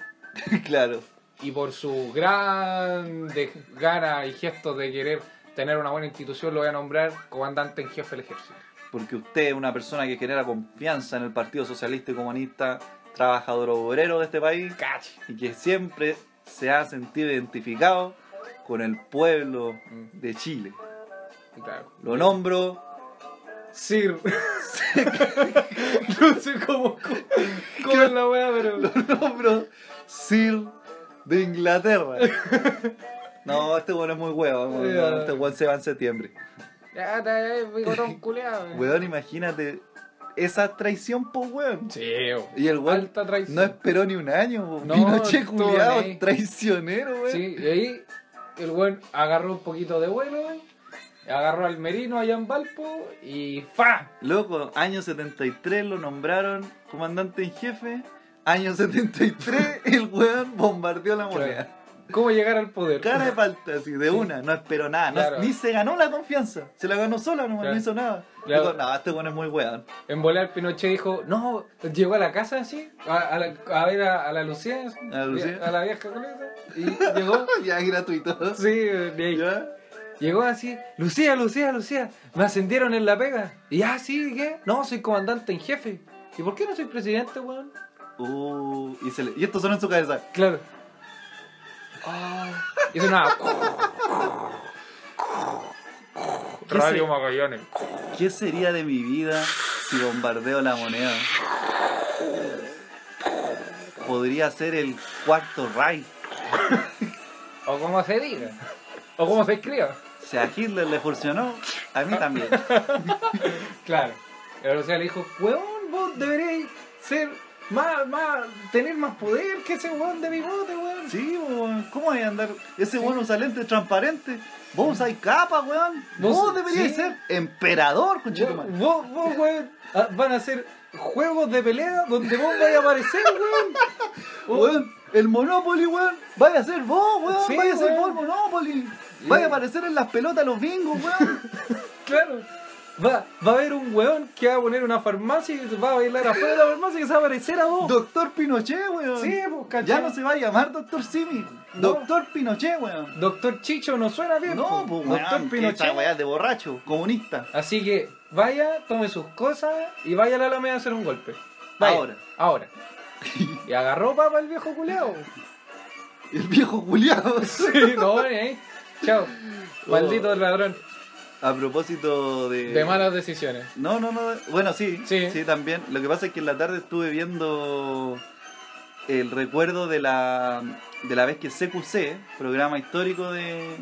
weón. claro. y por su grande gana y gestos de querer tener una buena institución, lo voy a nombrar comandante en jefe del ejército. Porque usted es una persona que genera confianza en el Partido Socialista y Comunista, trabajador obrero de este país. Cache. y que siempre se ha sentido identificado con el pueblo Mm. de Chile. Claro. Lo nombro Sir. no sé cómo, cómo es la weá, pero. nombro Sir de Inglaterra. No, este weón es muy huevo. no, no, Este weón se va en septiembre. Ya, está, eh, bigotón culeado. Weón, imagínate esa traición, po weón. Sí, weón. Y el weón Alta traición. no esperó ni un año. po. No, Pinochet estuvo culiado, ahí. traicionero, weón. Sí, y ahí el weón agarró un poquito de vuelo, weón, agarró al merino allá en Valpo y ¡fa! Loco, año 73 lo nombraron comandante en jefe. Año 73 el weón bombardeó la moneda. ¿Cómo llegar al poder? Cara de palta, así, de una. No esperó nada. no- Claro. ni se ganó la confianza. Se la ganó sola, nomás, Claro. no hizo nada. Claro. Dijo, no, este weón es muy weón. En volar Pinochet dijo, no, llegó a la casa así, a, a la- a ver a, a la Lucía, así, ¿A la Lucía? a la vieja con esa, y llegó, ya es gratuito. sí, de ahí. Ya. llegó así, Lucía, Lucía, Lucía, me ascendieron en la pega. Y ah, sí, ¿qué? No, soy comandante en jefe. ¿Y por qué no soy presidente, weón? Uh, y, se le- y esto sonó en su cabeza. Claro. Ah, hizo una... ¿Qué, se- Magallanes. ¿Qué sería de mi vida si bombardeo la moneda? Podría ser el cuarto Reich. O como se diga. O como se escriba. Si a Hitler le funcionó, a mí también. Claro. La Lucía le dijo, weón, vos deberéis ser más, más, tener más poder que ese weón de bigote, weón. Sí, weón, ¿cómo hay a andar? Ese weón usa lentes transparentes. Vos usáis capa, weón. Vos, Vos- deberías sí. ser emperador, conchetumal. Vos, vos, vos, weón, ah, van a hacer juegos de pelea donde vos vais a aparecer, weón. Weón, el Monopoly, weón. Vaya a ser vos, weón. Sí, Vaya a ser weón. vos el Monopoly. Vaya a aparecer en las pelotas los bingos, weón. Claro. Va, va a haber un weón que va a poner una farmacia y va a bailar afuera de la farmacia y se va a parecer a vos. Doctor Pinochet, weón. Sí, pues, ¿cachai? ya no se va a llamar Doctor Simi. No. Doctor Pinochet, weón. Doctor Chicho no suena bien. No, pues, po. weón. Doctor que Esa Pinochet. weá es de borracho, comunista. Así que vaya, tome sus cosas y vaya a la Alameda a hacer un golpe. Vaya, Ahora. Ahora. Y agarró papa el viejo culeado. El viejo culiado. Sí, no, eh. Chao. Oh. Maldito ladrón. A propósito de. De malas decisiones. No, no, no. Bueno, sí, sí. Sí. también. Lo que pasa es que en la tarde estuve viendo el recuerdo de la, de la vez que CQC, programa histórico de,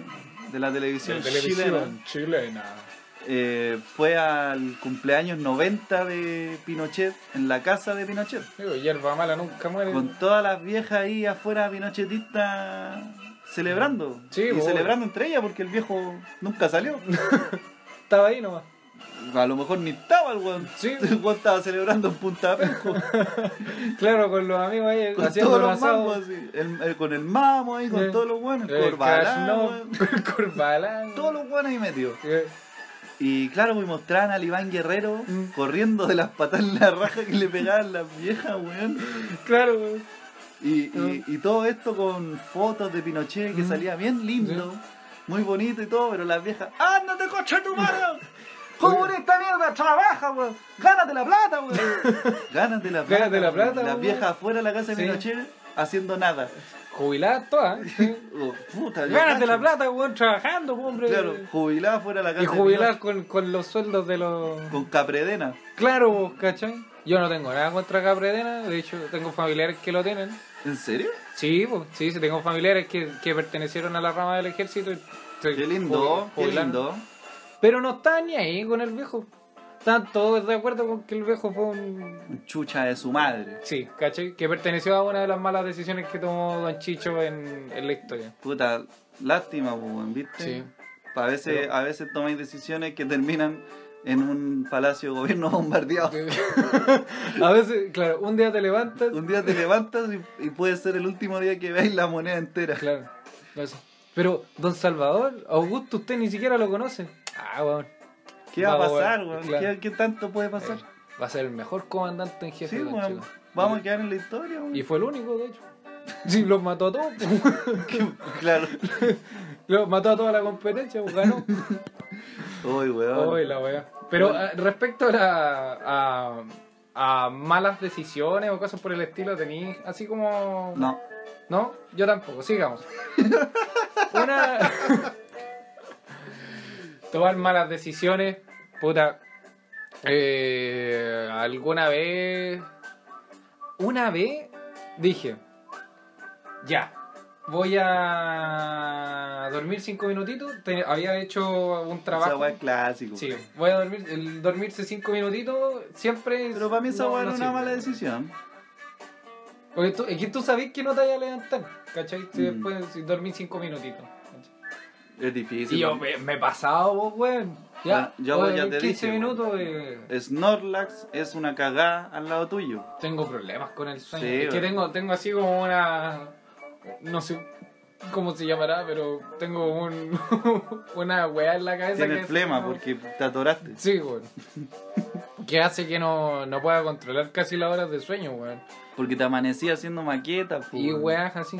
de la televisión, chilena, chilena. eh, fue al cumpleaños 90 de Pinochet, en la casa de Pinochet. Digo, hierba mala nunca muere. Con todas las viejas ahí afuera pinochetistas celebrando. Sí, y pues, celebrando entre ellas porque el viejo nunca salió. Estaba ahí nomás. A lo mejor ni estaba el weón. Sí. El weón estaba celebrando en Punta Penco. Claro, con los amigos ahí con haciendo todos un los asado. mamos, así. El- el- con el mamo ahí, con Sí. todos los buenos, el El corbalán, Krasnov, el weón, Corbalán. todos los buenos ahí metidos. Eh, Y claro, me mostraban al Iván Guerrero Mm. corriendo de las patas en la raja que le pegaban las viejas, weón. Claro, weón. Y, y- y todo esto con fotos de Pinochet que Mm. salía bien lindo, muy bonito y todo, pero las viejas, ¡Ah! ¡ándate, coche tu madre! ¡Cobre esta mierda! ¡Trabaja, weón! ¡Gánate la plata, weón! ¡Gánate la plata! Gánate la weón. plata, Las weón. viejas afuera de la casa de Sí. Pinochet haciendo nada. Jubiladas todas. ¿eh? Sí. Oh, puta, yo Gánate cacho. la plata, weón, trabajando, po, hombre. Claro, jubilada fuera de la casa Y de jubilar con, con los sueldos de los... Pinochet, Con capredena. Claro, vos, ¿cachai? Yo no tengo nada contra Capredena, de hecho tengo familiares que lo tienen. ¿En serio? Sí, pues, sí, sí, tengo familiares que, que pertenecieron a la rama del ejército. y se Qué lindo, jubi- qué jubilaron. lindo. Pero no está ni ahí con el viejo. Están todos de acuerdo con que el viejo fue un Un chucha de su madre. Sí, ¿cachai? Que perteneció a una de las malas decisiones que tomó Don Chicho en, en la historia. Puta, lástima, pues, weón, ¿viste? Sí. A veces, Pero- a veces tomáis decisiones que terminan en un palacio de gobierno bombardeado. a veces, claro, un día te levantas. Un día te levantas y, y puede ser el último día que veáis la moneda entera. Claro. no sé. Pero, Don Salvador, Augusto, usted ni siquiera lo conoce. Ah, weón. ¿Qué va a Vamos, pasar, weón, weón? claro. ¿Qué, qué tanto puede pasar? Eh, va a ser el mejor comandante en jefe sí, de Don weón. Chico. Vamos a quedar en la historia, weón. Y fue el único, de hecho. Sí, los mató a todos. Claro. los mató a toda la competencia, pues, ganó. Uy, weón. Ay, la wea. Pero eh, respecto a, la- a, a malas decisiones o cosas por el estilo, tenéis así como. No. No, yo tampoco, sigamos. Una. Tomar malas decisiones, puta. Eh, alguna vez. Una vez dije: Ya, voy a dormir cinco minutitos. Te- había hecho un trabajo. Esa weá es clásico. Sí, voy a dormir, el dormirse cinco minutitos siempre. es- Pero para mí esa no- weá no era una sirve. mala decisión. Porque tú, es que tú sabés que no te vayas a levantar, ¿cachai? Si Mm. Después si dormís cinco minutitos. ¿cachai? Es difícil. y yo weón. me, me he pasado, vos, weón. Ya, Bueno, Ah, yo voy a ya dormir te 15 dije, minutos, eh, Snorlax es una cagada al lado tuyo. tengo problemas con el sueño. Sí, es que weón. tengo, tengo así como una. No sé cómo se llamará, pero tengo un, una weá en la cabeza que. Tienes es flema como- porque te atoraste. Sí, weón. que hace que no, no pueda controlar casi las horas de sueño, weón. Porque te amanecí haciendo maquetas, po, Y weón. weas así.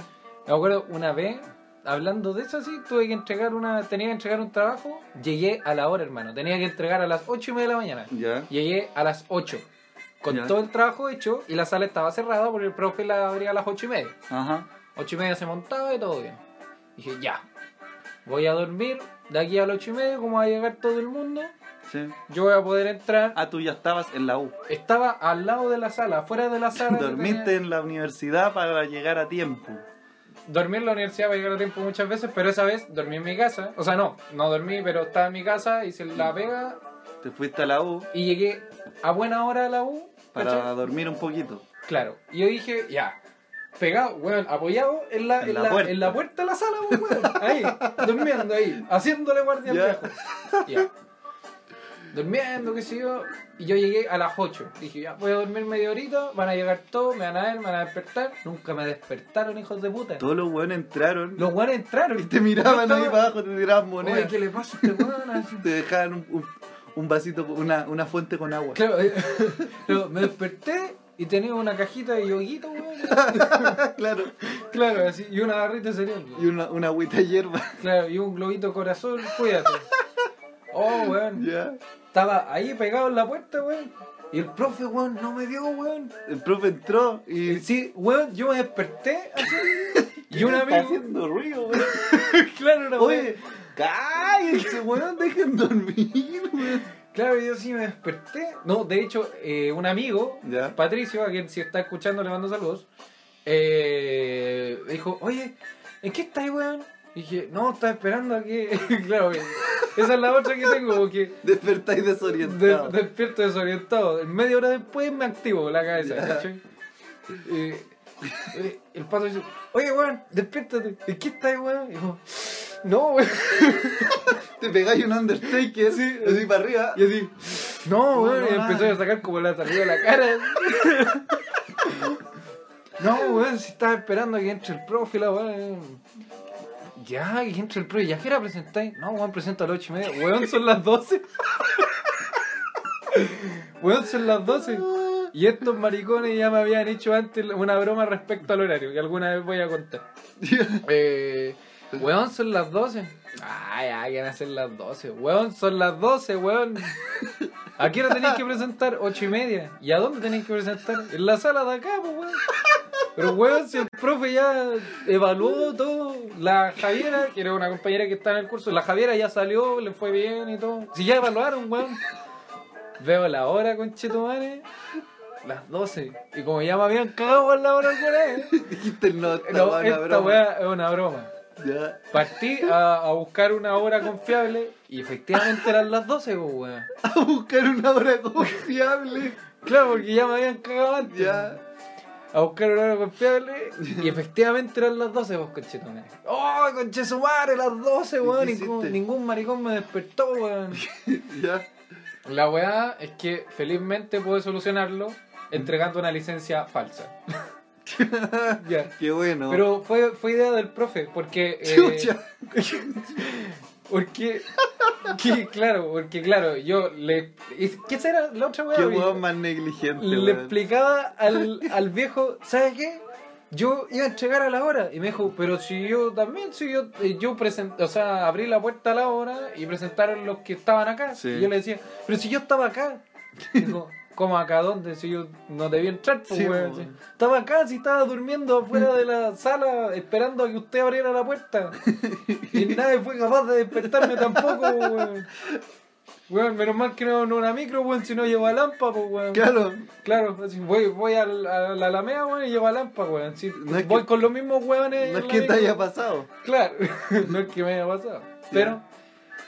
Me acuerdo una vez, hablando de eso así, tuve que entregar una, tenía que entregar un trabajo, llegué a la hora, hermano. Tenía que entregar a las 8 y media de la mañana. Ya. Llegué a las 8. Con Ya. todo el trabajo hecho y la sala estaba cerrada porque el profe la abría a las 8 y media. Ajá. 8 y media se montaba y todo bien. Dije, ya, voy a dormir de aquí a las 8 y media, como va a llegar todo el mundo, Sí. yo voy a poder entrar. Ah, tú ya estabas en la U. Estaba al lado de la sala, afuera de la sala. que Dormiste tenía- en la universidad para llegar a tiempo. Dormí en la universidad para llegar a tiempo muchas veces, pero esa vez dormí en mi casa. O sea, no, no dormí, pero estaba en mi casa, hice la pega Te fuiste a la U y llegué a buena hora a la U. para ¿cachai? dormir un poquito. Claro. Y yo dije, ya, pegado, weón, apoyado en la, en En la la- puerta. en la puerta de la sala, weón. Ahí, durmiendo ahí, haciéndole guardia al Ya. viejo. Ya. Durmiendo, qué sé yo. Y yo llegué a las 8. Dije, ya, voy a dormir media horita, van a llegar todos, me van a ver, me van a despertar. Nunca me despertaron, hijos de puta. Todos los buenos entraron Los weones entraron. y te miraban Yo ahí estaba- para abajo, te tiraban Oye, monedas. ¿qué le pasa a este weón? Así. Te dejaban un, un- un vasito, una, una fuente con agua. Claro, eh, claro, me desperté y tenía una cajita de yoguito, weón. claro. Claro, así, y una barrita de cereal. Y una, una agüita de hierba. Claro, y un globito corazón, cuídate. Oh, weón. ya. Estaba ahí pegado en la puerta, weón. Y el profe, weón, no me vio, weón. El profe entró y. Y sí, weón, yo me desperté así. Y un Está amigo. haciendo ruido, weón. Claro, una Oye, cállense, weón, dejen dormir, weón. Claro, yo sí me desperté. No, de hecho, eh, un amigo, Ya. Patricio, a quien si está escuchando le mando saludos, eh, dijo, oye, ¿en qué estáis, weón? Y dije, no, estaba esperando a que... claro, eh, esa es la otra que tengo, porque Despertáis de- desorientado. despierto desorientado. Media hora después me activo la cabeza, Ya. ¿cachai? Eh, eh, el pato dice, oye, weón, despiértate, ¿en qué estáis, weón? Y dijo, no, weón. Te pegáis un Undertaker, sí, así para arriba. Y así, no, No, weón, no, y empezó nada. a sacar como la salida de la cara. no, weón, si estaba esperando que entre el profe, la weón. Ya, que entre el profe, ya que era presentáis. No, weón, presento a las 8 y media. Weón, son las 12. weón, son las 12. Y estos maricones ya me habían hecho antes una broma respecto al horario, que alguna vez voy a contar. Eh, weón, son las 12. Ay, ay, van a ser las 12. Weón, son las 12, weón. ¿A qué hora tenéis que presentar? 8 y media. ¿Y a dónde tenéis que presentar? En la sala de acá, pues, weón. Pero, weón, si el profe ya evaluó todo. La Javiera, que era una compañera que está en el curso, la Javiera ya salió, le fue bien y todo. Si ya evaluaron, weón. Veo la hora, conchetumare. Las 12. Y como ya me habían cagado por la hora alguna vez. Dijiste, no, esta No, weá es una esta broma. weá es una broma. Ya. Partí a, a buscar una obra confiable, Y efectivamente eran las 12, pues, weón. A buscar una hora confiable. Claro, porque ya me habían cagado antes. ya. A buscar una hora confiable. Y efectivamente eran las 12, vos, conchetumare. ¡Oh, conchesumare, las 12, ¿Y weón! qué Ningún, hiciste? ningún maricón me despertó, weón. Ya. La weá es que felizmente pude solucionarlo entregando una licencia falsa. ya. Qué bueno. Pero fue, fue idea del profe, porque. eh, Chucha. Porque, que, claro, porque claro, yo le... es- ¿Qué será la otra weá? Qué Porque weón más negligente, Le weón. explicaba al, al viejo, ¿sabes qué? Yo iba a entregar a la hora. Y me dijo, pero si yo también, si yo, eh, yo presenté, o sea, abrí la puerta a la hora y presentaron los que estaban acá. Sí. Y yo le decía, pero si yo estaba acá. Dijo, ¿cómo acá? ¿Dónde? Si yo no debía entrar, pues, Sí, weón". weón. Estaba acá, si estaba durmiendo afuera de la sala esperando a que usted abriera la puerta. Y nadie fue capaz de despertarme tampoco, weón. Weón, menos mal que no, no una micro, weón, si no lleva lámpara, pues, weón. Claro. Claro, así, voy, voy al- a, la Alameda, weón, y llevo a Lampa, weón. Sí, No es voy que- con los mismos weones. No es en la que te micro. haya pasado. Claro, no es que me haya pasado. Pero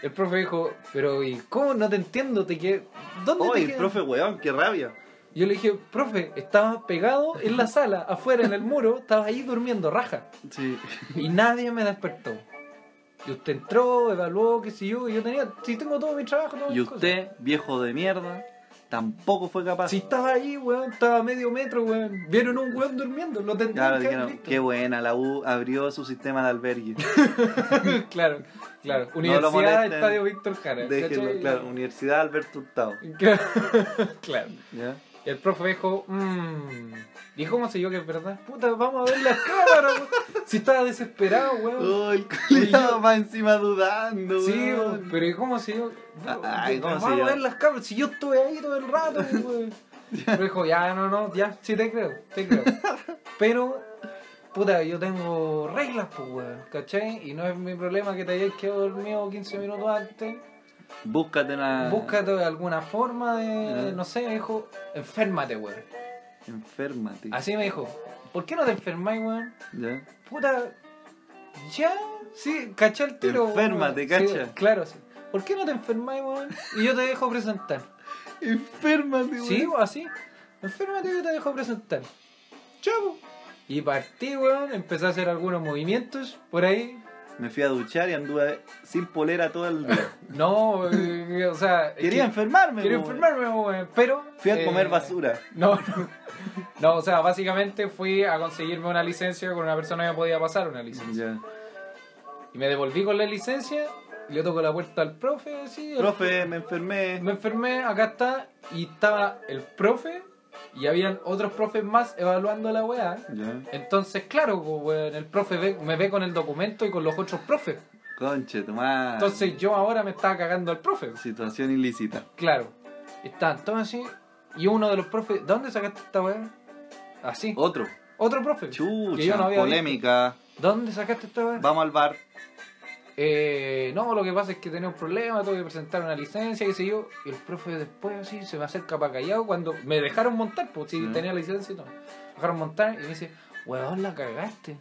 el profe dijo, pero ¿y cómo? No te entiendo, te quedé... ¿Dónde te Oye, quedas? profe, weón, qué rabia. Yo le dije, profe, estabas pegado en la sala, afuera en el muro, estabas ahí durmiendo, raja. Sí. Y nadie me despertó. Y usted entró, evaluó, qué sé yo, y yo tenía, si tengo todo mi trabajo, todas Y mis cosas. usted, viejo de mierda, tampoco fue capaz. Si estaba ahí, weón, estaba a medio metro, weón. Vieron un weón durmiendo, lo Claro, tendrían que haber dijeron, visto. qué buena, la U abrió su sistema de albergue. Claro, claro. lo Universidad molesten. Estadio Víctor Jara. Déjenlo, ¿cachai? claro, Universidad Alberto Hurtado. Claro, claro. ¿Ya? Y el profe dijo, mmm. ¿Y cómo sé yo que es verdad? Puta, vamos a ver las cámaras, weón. Si estaba desesperado, weón. Uy, el culiao más encima dudando, Sí, weón, Oh, weón. pero ¿y cómo sé yo? Ay, ¿cómo vamos sé a yo? ver las cámaras. Si yo estuve ahí todo el rato, weón. Pero dijo, ya, no, no, ya, sí te creo, te creo. Pero, puta, yo tengo reglas, pues, weón, ¿cachai? Y no es mi problema que te hayas quedado dormido 15 minutos antes. Búscate una. Búscate alguna forma de, Ah. no sé, me dijo, enférmate, weón. Enférmate. Así me dijo, ¿por qué no te enfermáis, weón? ¿Ya? Puta, ya, sí, caché el tiro. weón. Enférmate, Sí, cacha. weón, claro, sí. ¿Por qué no te enfermáis, weón? Y yo te dejo presentar. Enférmate, weón. sí, weón, así. Enférmate y yo te dejo presentar. Chavo. Y partí, weón, empecé a hacer algunos movimientos por ahí. Me fui a duchar y anduve sin polera todo el día. No, eh, o sea... es Quería que- enfermarme, pues, Quería weón. enfermarme, pues, weón, pero... Fui a eh, comer basura. No, no. No, o sea, básicamente fui a conseguirme una licencia con una persona que me podía pasar una licencia. Ya. Y me devolví con la licencia, y le toco la puerta al profe, así. el- Profe, me enfermé. Me enfermé, acá está, y estaba el profe, y habían otros profes más evaluando la weá. Ya. Entonces, claro, pues, weón, el profe ve- me ve con el documento y con los otros profes. Conche, tomás. Entonces yo ahora me estaba cagando al profe. Situación ilícita. Claro. Estaban todos así, y uno de los profes, ¿de dónde sacaste esta weá? Así. Otro. Otro profe. que yo Oh, Chucha, no había polémica. ¿Dónde sacaste esta weá? Vamos al bar. Eh, no, lo que pasa es que tenía un problema, tuve que presentar una licencia, qué sé yo. Y el profe después así se me acerca para callado cuando me dejaron montar, pues si Ya. tenía licencia y todo. Me dejaron montar y me dice, weón, la cagaste.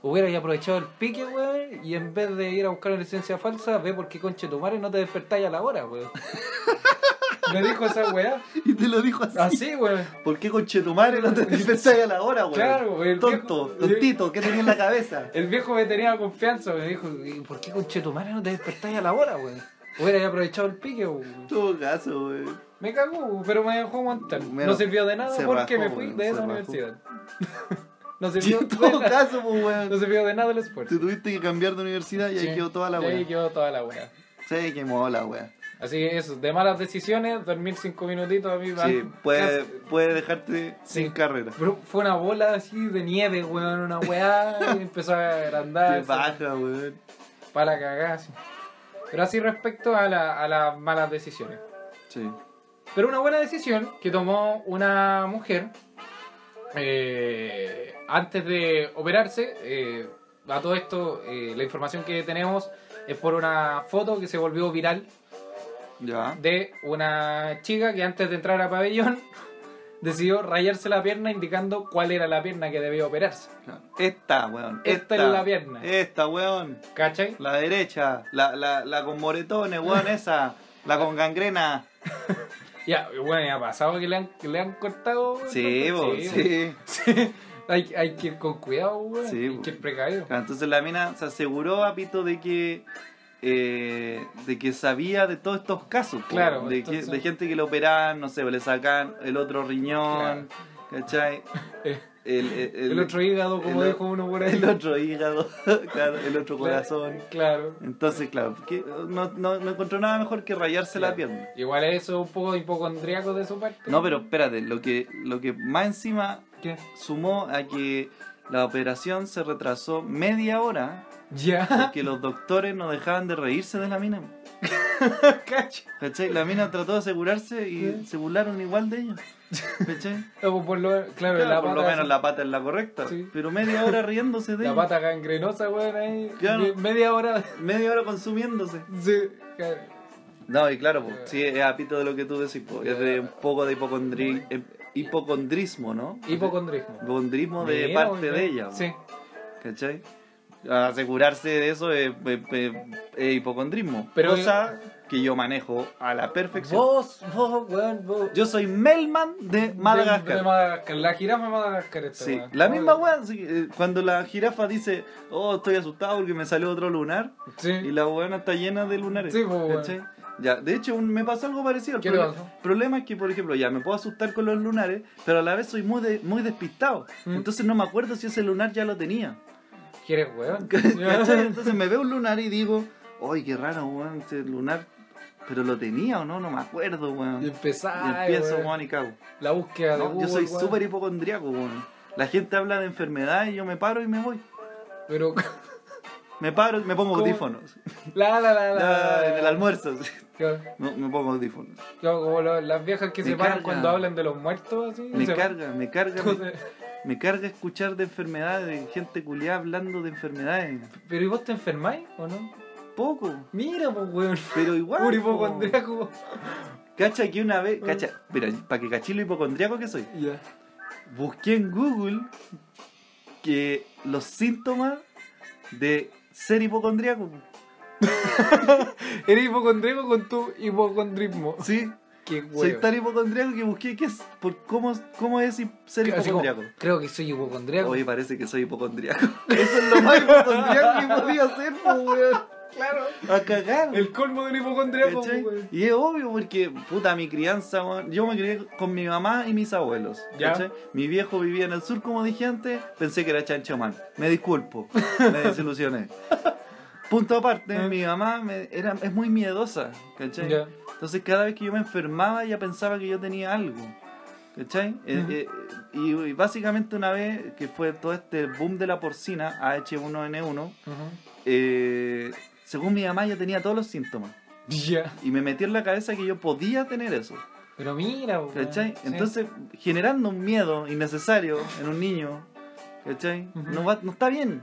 Hubieras aprovechado el pique, weón, y en vez de ir a buscar una licencia falsa, ve por qué conche tu madre no te despertáis a la hora, weón. me dijo esa weá. Y te lo dijo así. Así, weón. ¿Por qué conchetumare no te despertáis a la hora, weón? Claro, weón. Tonto, tontito, ¿qué tenía en la cabeza? El viejo me tenía confianza, me dijo, "¿Y ¿por qué conche tu madre no te despertáis a la hora, weón? Hubieras aprovechado el pique, weón. Todo caso, weón. Me cagó, pero me dejó aguantar. Menos- no sirvió de nada se porque rajó, me fui weón, de se esa rajó. universidad. no, sirvió En de todo nada, caso, pues, no weón. sirvió de nada el Te esfuerzo. tuviste que cambiar de universidad y ahí Sí. quedó toda la Y Ahí weón. quedó toda la wea. Se quemó la weón. Así que eso, de malas decisiones, dormir cinco minutitos a mí va- Sí, pues. puede, casi- puede dejarte Sí. sin carrera. Pero fue una bola así de nieve, weón, una weá, y empezó a agrandar. Qué baja, weón. Para la cagada, así. Pero así respecto a, la- a las malas decisiones. Sí. Pero una buena decisión que tomó una mujer eh, antes de operarse, eh, a todo esto, eh, la información que tenemos es por una foto que se volvió viral Ya. Ah. de una chica que antes de entrar a pabellón decidió rayarse la pierna indicando cuál era la pierna que debía operarse. Esta, weón. Esta es la pierna. Esta, weón. ¿Cachai? La derecha. La, la, la con moretones, weón, esa. La con gangrena. Ya, bueno, ha pasado que le han, que le han cortado. Sí, ¿no? bo, sí. sí. Hay, hay que ir con cuidado, weón. Sí, hay bo. que ir precavido. Claro, Entonces la mina se aseguró a Pito de que eh, de que sabía de todos estos casos, po, Claro, de, entonces- que- de gente que le operaban, no sé, pues, le sacan el otro riñón, ¿cachai? Eh, El, el- El, el- otro hígado, como el- dijo uno por ahí. el otro hígado, claro, el otro corazón. Claro. Entonces, claro, que no, no, no encontró nada mejor que rayarse la Claro. pierna. Igual eso es un poco hipocondriaco de su parte. No, pero espérate, lo que, lo que más encima ¿Qué? sumó a que la operación se retrasó media hora Ya, porque los doctores no dejaban de reírse de la mina. cacho. ¿Cachai? La mina trató de asegurarse y Sí. se burlaron igual de ellos. ¿Cachai? No, pues por lo, claro, Claro, la por pata, lo menos la pata es la correcta. Sí. Pero media hora riéndose de la ellos. pata gangrenosa, weón, ahí. Claro. Me- Media hora. Media hora consumiéndose. Sí, claro. No, y claro, pues, sí, es apito de lo que tú decís. po. Es de un poco de hipocondri- eh, hipocondrismo, ¿no? Hipocondrismo. Hipocondrismo de Mira, parte weón. de ella. po. Sí. ¿Cachai? Asegurarse de eso es, es- es- es hipocondrismo. Pero- cosa que yo manejo a la perfección. Vos, vos, weón, vos. Yo soy Melman de De, de Madagascar. Madagascar. La jirafa de Madagascar esta Sí, weá. la misma Oh, weá, sí, eh, cuando la jirafa dice, oh, estoy asustado porque me salió otro lunar, y Sí. la weá está llena de lunares. Sí, pues, weón. ¿cachai? Ya, de hecho, un- me pasó algo parecido. El ¿Qué proble- te pasó? problema es que, por ejemplo, ya me puedo asustar con los lunares, pero a la vez soy muy, de- muy despistado. Mm. Entonces no me acuerdo si ese lunar ya lo tenía. ¿Quieres, weón? ¿Cachai? Entonces me veo un lunar y digo, ay, qué raro, weón, ese lunar. Pero lo tenía o no, no me acuerdo, weón. Y Y empezar. empiezo, weón, y cago. La búsqueda de No, Google, yo soy weón. súper hipocondriaco, weón. La gente habla de enfermedades y yo me paro y me voy. Pero. Me paro y me pongo ¿Cómo? audífonos. La, la, la, la. Ah, en el almuerzo. sí. Claro. No, me pongo audífonos. Yo, como lo- las viejas que Me se paran carga. cuando hablan de los muertos, así. Me se- carga, me carga, me, Entonces, me carga escuchar de enfermedades, de gente culiada hablando de enfermedades. Pero ¿y vos te enfermáis o no? Poco, Mira, pues, weón. pero igual. Puro Ah. po. hipocondriaco. Cacha que una vez, cacha, mira, para que cachí lo hipocondriaco que soy. Ya. Busqué en Google que los síntomas de ser hipocondriaco. Eres hipocondriaco con tu hipocondrismo. Sí, Qué Soy weón. tan hipocondriaco que busqué qué es, por cómo, cómo es hi- ser Así como, hipocondriaco. creo que soy hipocondriaco. Hoy parece que soy hipocondriaco. Eso es lo más hipocondriaco que podía ser, po, weón. Claro. A cagar. El colmo de un hipocondriaco, pues, ¿cachai? weón. Y es obvio porque, puta, mi crianza, weón, yo me crié con mi mamá y mis abuelos. Ya. ¿cachai? Mi viejo vivía en el sur, como dije antes, pensé que era chancho man. Me disculpo, me desilusioné. Punto aparte, Ah. mi mamá me- era, es muy miedosa, ¿cachai? Ya. Entonces cada vez que yo me enfermaba ya pensaba que yo tenía algo. ¿Cachai? Eh, Ujú. eh, y, y básicamente una vez que fue todo este boom de la porcina, H1N1, eh, según mi mamá yo tenía todos los síntomas. Ya. Y me metí en la cabeza que yo podía tener eso. Pero mira, pues, weón. ¿Cachai? Sí. Entonces generando un miedo innecesario en un niño. ¿Cachai? Ujú. no, va- no está bien.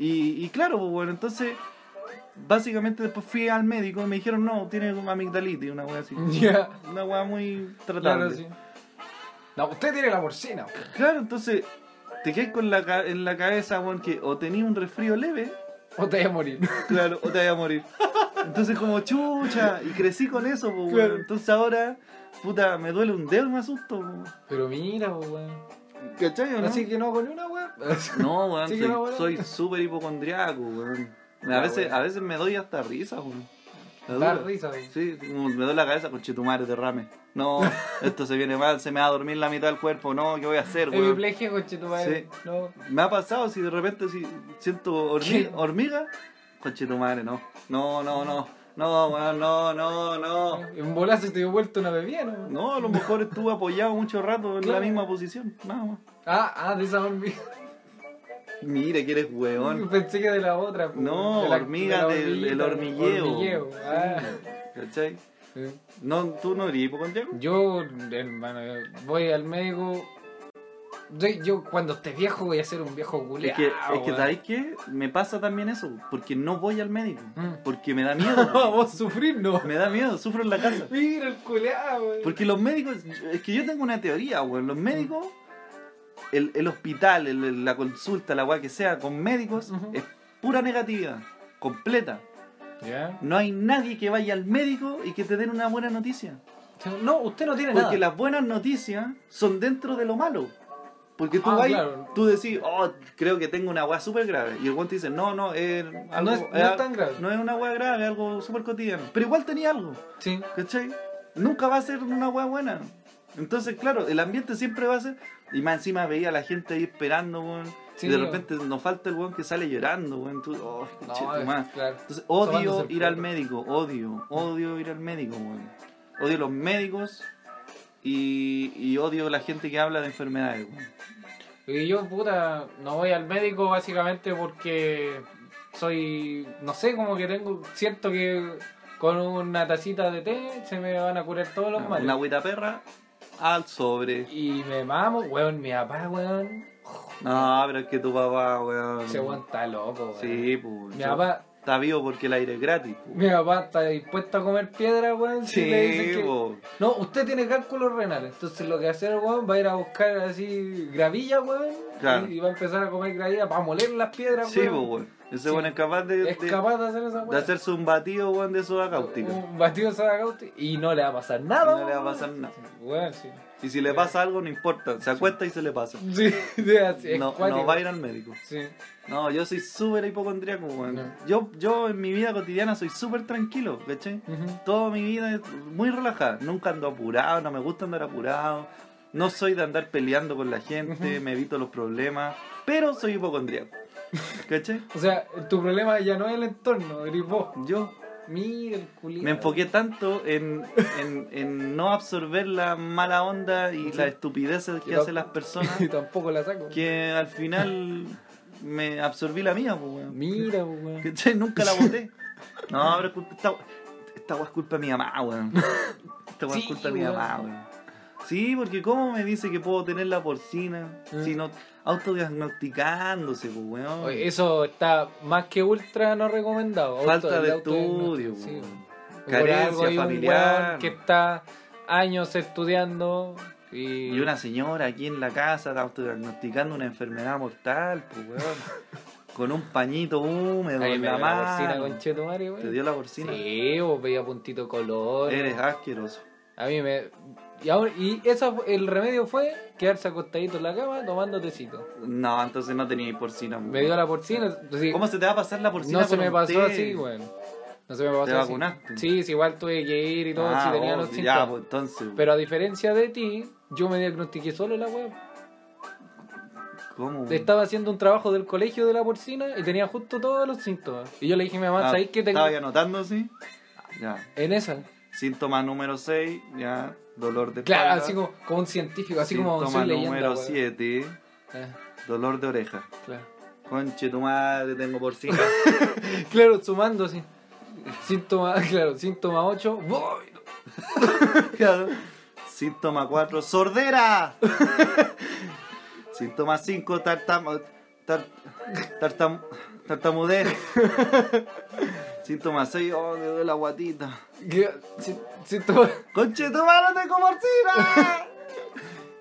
Y, y claro, pues bueno, entonces básicamente después fui al médico y me dijeron, no, tiene amigdalitis, una wea así. Ya. Una weá muy Claro, tratable. Claro, sí. No, usted tiene la morcina. weón. entonces te quedas con la ca- en la cabeza, weón, que o tenías un resfrío leve, O te vas a morir. claro, o te vas a morir. Entonces como chucha, y crecí con eso, pues, weón. Claro. Entonces ahora, puta, me duele un dedo y me asusto, po. Pero mira, weón. ¿Cachai o no? Así que no con una, weón. No, weón, Sí que soy- no, weón. soy súper hipocondriaco, Ah, weón. Ya, A veces, weón. a veces me doy hasta risa, weón. La Da dura. risa, weón. Sí, como me duele la cabeza con chetumare, derrame. No, esto se viene mal, se me va a dormir la mitad del cuerpo, no, ¿qué voy a hacer, weón? Hemiplegia, coche, tu madre. No. Me ha pasado si de repente si siento hormiga, ¿Qué? hormiga coche tu madre, no. No, no, no. No, weón, no, no, no. En bolazo te dio vuelto una bebida, ¿no? No, a lo mejor estuve apoyado mucho rato en Claro. la misma posición. Nada más. Ah, ah, de esa hormiga. Mira que eres weón. Pensé que de la otra. pues, No, de la- hormiga de la del- hormiguita, el hormigueo. hormigueo, ah. ¿Cachai? Sí. No, ¿Tú no eres hipocondriaco? Yo, hermano, voy al médico Yo, yo cuando esté viejo voy a ser un viejo Es culiao. que, es que weón. ¿sabéis qué? Me pasa también eso, porque no voy al médico, Mm. porque me da miedo. Vamos a sufrir, no. me da miedo, sufro en la casa. Mira el culeado, weón. Porque los médicos, es que yo tengo una teoría, weón, Mm. los médicos, el, el hospital, el- la consulta, la weá que sea, con médicos, Ujú. es pura negatividad, completa. Ya. No hay nadie que vaya al médico y que te den una buena noticia. No, usted no tiene Porque nada. las buenas noticias son dentro de lo malo. Porque tú Ah, vas, claro. tú decís, oh, creo que tengo una weá súper grave. Y el guante dice, no, no, es algo- No es, no es tan grave. no es una weá grave, es algo súper cotidiano. Pero igual tenía algo, Sí. ¿cachai? Nunca va a ser una weá buena. Entonces, claro, el ambiente siempre va a ser. Y más encima veía a la gente ahí esperando, weón. Sí, y de weón. repente nos falta el weón que sale llorando, weón. Tú, oh, No, che, tu es- madre. claro. Entonces, Sobándose odio el ir al culo. médico, odio, odio ir al médico, weón. Odio los médicos y, y odio la gente que habla de enfermedades, weón. Y yo, puta, no voy al médico básicamente porque soy, no sé, como que tengo, siento que con una tacita de té se me van a curar todos los males. Ah, Una agüita perra al sobre. Y me mamo, weón, mi papá, weón, No, pero es que tu papá, weón. se aguanta loco, weón. Sí, pues. Mi papá, Está vivo porque el aire es gratis, pues. mi papá está dispuesto a comer piedra, weón, si le dicen que... po. No, usted tiene cálculos renales, entonces lo que va a hacer, weón, va a ir a buscar así gravilla, weón, Claro. y, y va a empezar a comer gravilla para moler las piedras, Sí, pues, weón. weón. Ese Sí. weón es capaz de, Es de- capaz de hacer esa de weón. Uh, hacerse un batido, weón, de soda cáustica. Un batido de soda cáustica y no le va a pasar nada. Y no le va a weón. pasar nada. Weón, sí. Y si le pasa algo, no importa. Se acuesta y se le pasa. Sí, sí, así, es No, cuático. no va a ir al médico. Sí. No, yo soy súper hipocondríaco, weón. No. Yo, yo en mi vida cotidiana soy súper tranquilo, ¿cachai? Ujú. Toda mi vida es muy relajada. Nunca ando apurado, no me gusta andar apurado. No soy de andar peleando con la gente, me evito los problemas. Pero soy hipocondríaco, ¿cachai? O sea, tu problema ya no es el entorno, eres vos. Yo Mira el culito. me enfoqué tanto en, en- en no absorber la mala onda y Sí. las estupideces que Yo- hacen las personas Y tampoco la saco. que al final me absorbí la mía, pues, weón. Mira, weón. ¿Cachai? Nunca la boté. No, pero es culpa, esta, esta weá es culpa de mi mamá, weón. Esta weá Sí, es culpa de mi weón. mamá, weón. Sí, porque ¿cómo me dice que puedo tener la porcina? Mm. Si no, autodiagnosticándose, pues, weón. Oye, Eso está más que ultra no recomendado. Falta Auto- de el auto- estudio, sí, weón. Por algo Carencia hay un familiar. weón que está años estudiando y, Y una señora aquí en la casa autodiagnosticando una enfermedad mortal, pues, weón. Con un pañito húmedo Ay, en me la dio la porcina, mano. conchetumare, weón. Te dio la porcina. Sí, vos veía puntito color. Eres asqueroso. A mí me. Y, ahora- y esa, fu- el remedio fue quedarse acostadito en la cama tomando tecito. No, entonces no teníais porcina. weón. Me dio la porcina. entonces, ¿Cómo se te va a pasar la porcina? no se con me un pasó té? así, weón. No se me pasó ¿Te así. vacunaste? Sí, sí, igual tuve que ir y todo, Ah, si tenía oh, los Ya, síntomas. pues entonces. Pero a diferencia de ti, yo me diagnostiqué solo la weón. ¿Cómo? Estaba haciendo un trabajo del colegio de la porcina y tenía justo todos los síntomas. Y yo le dije a mi mamá, Ah, ¿sabéis que tengo? Estaba ahí anotando, sí. Ya. En esa. Síntoma número 6, ya. Dolor de espalda. Claro, así como, como un científico, así como Síntoma soy leyenda. número weón. 7, Ah, dolor de oreja. claro. Conche tu madre, tengo porcina. Claro, sumando, sí. Síntoma, claro, síntoma 8. ¡Voy! Claro. Síntoma 4, sordera. Síntoma 5, tartam tar- tartam tartamudez. Síntoma 6, oh, me duele la guatita. Cla- sí- Síntoma, ¡Conche tu mano, tengo porcina!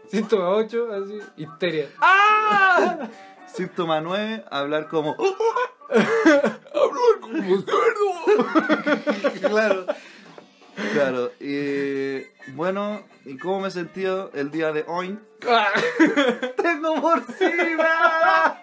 síntoma 8, así, histeria. Ah. Síntoma 9, hablar como. claro. Claro. eh, bueno, ¿y cómo me he sentido el día de hoy? Ah, ¡Tengo porcina!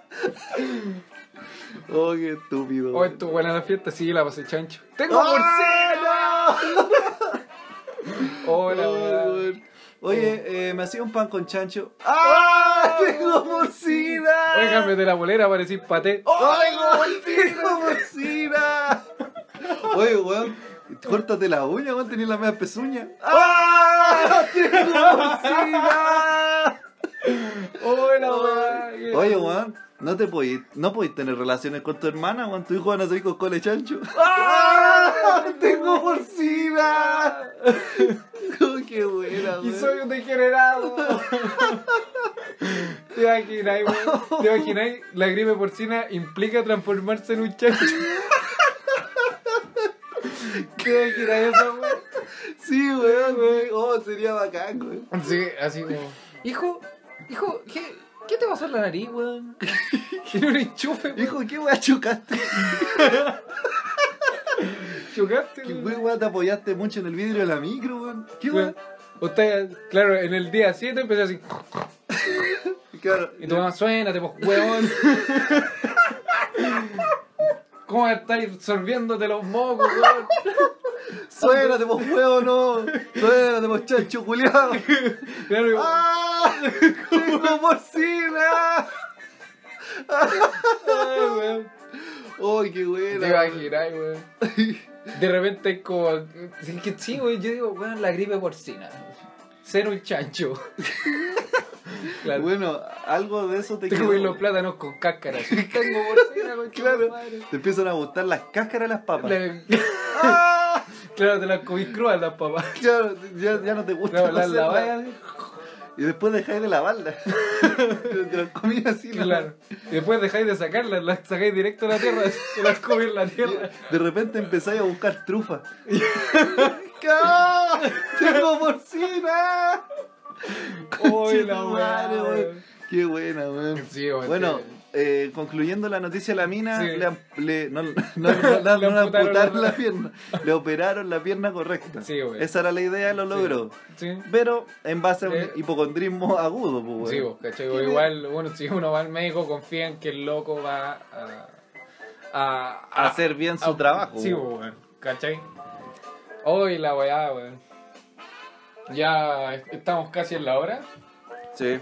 ¡Oh, qué estúpido! Oh, estuvo buena la fiesta, sí, la pasé chancho. ¡Tengo ¡Ah, porcina! Hola, Oh. no! hola. Oye, eh, me hacía un pan con chancho. ¡Ah! ¡Tengo porcina! Oye, cámbiate la bolera para decir paté. ¡Oh, tengo porcina! Oye, weón, córtate la uña, weón, tenés la media pezuña. ¡Ah! ¡Tengo porcina! Hola, hola. Oye, weón, no te podís, no podís tener relaciones con tu hermana, weón. Tu hijo van a salir con cole chancho. ¡Ah! ¡Tengo porcina! Uy, Qué buena, Y weón. soy un degenerado. ¿Te imagináis, weón? ¿Te imagináis? La gripe porcina implica transformarse en un chancho. ¿Te imagináis eso, weón? Sí, weón, weón. Oh, sería bacán, weón. Sí, así como. Hijo, hijo, ¿qué, qué te pasó en la nariz, weón? Tiene un enchufe, weón. Hijo, ¿qué weá chocaste? Chocaste, ¿Qué weón. weá te apoyaste mucho en el vidrio de la micro, weón? ¿Qué Weón, weá? Usted, claro, en el día 7 empecé así. Claro. Y tu mamá, suénate, pues, huevón. ¿Cómo estáis sorbiéndote los mocos, huevón? Suénate, vos huevo, no. Suénate, vos chancho, culiao. Claro, digo, ¡Ah! ¡Tengo porcina! "Ay, huevón". ¡Oh, qué Te buena! imaginas, huevón. De repente es como. Es que sí, huevón, Yo digo, huevón, la gripe porcina. Ser un chancho. Claro. Bueno, algo de eso te Te quedó. comí los plátanos con cáscara. Tengo porcina, con Claro. Te empiezan a gustar las cáscaras de las papas. ¡Ah! Claro, te las comí crudas las papas. Ya, ya, ya no te gusta Claro, las hacerla. lavas. Y después dejáis de lavarla. te las comí así. ¿no? Claro. Y después dejáis de sacarlas, las sacáis directo a la tierra, se las comí en la tierra. De repente empezáis a buscar trufa. ¡Ah! ¡Tengo porcina! Uy, Conche la tu madre, weá, weón. Qué buena, weón. Sí, weón, Bueno, sí. eh, concluyendo la noticia, la mina Sí. le, am- le- no, no, no- no- no le amputaron amputaron la- la pierna, le operaron la pierna correcta. Sí, weón. Esa era la idea, lo logró. Sí. Pero en base a un Eh. hipocondrismo agudo, pues, weón. Sí, vos, ¿cachai? O Igual, bueno, si uno va al médico, confía en que el loco va a. a, A hacer bien su a- trabajo. Ah, Sí, weón. vos, weón, ¿cachai? Hoy la weá, weón. Ya estamos casi en la hora, sí,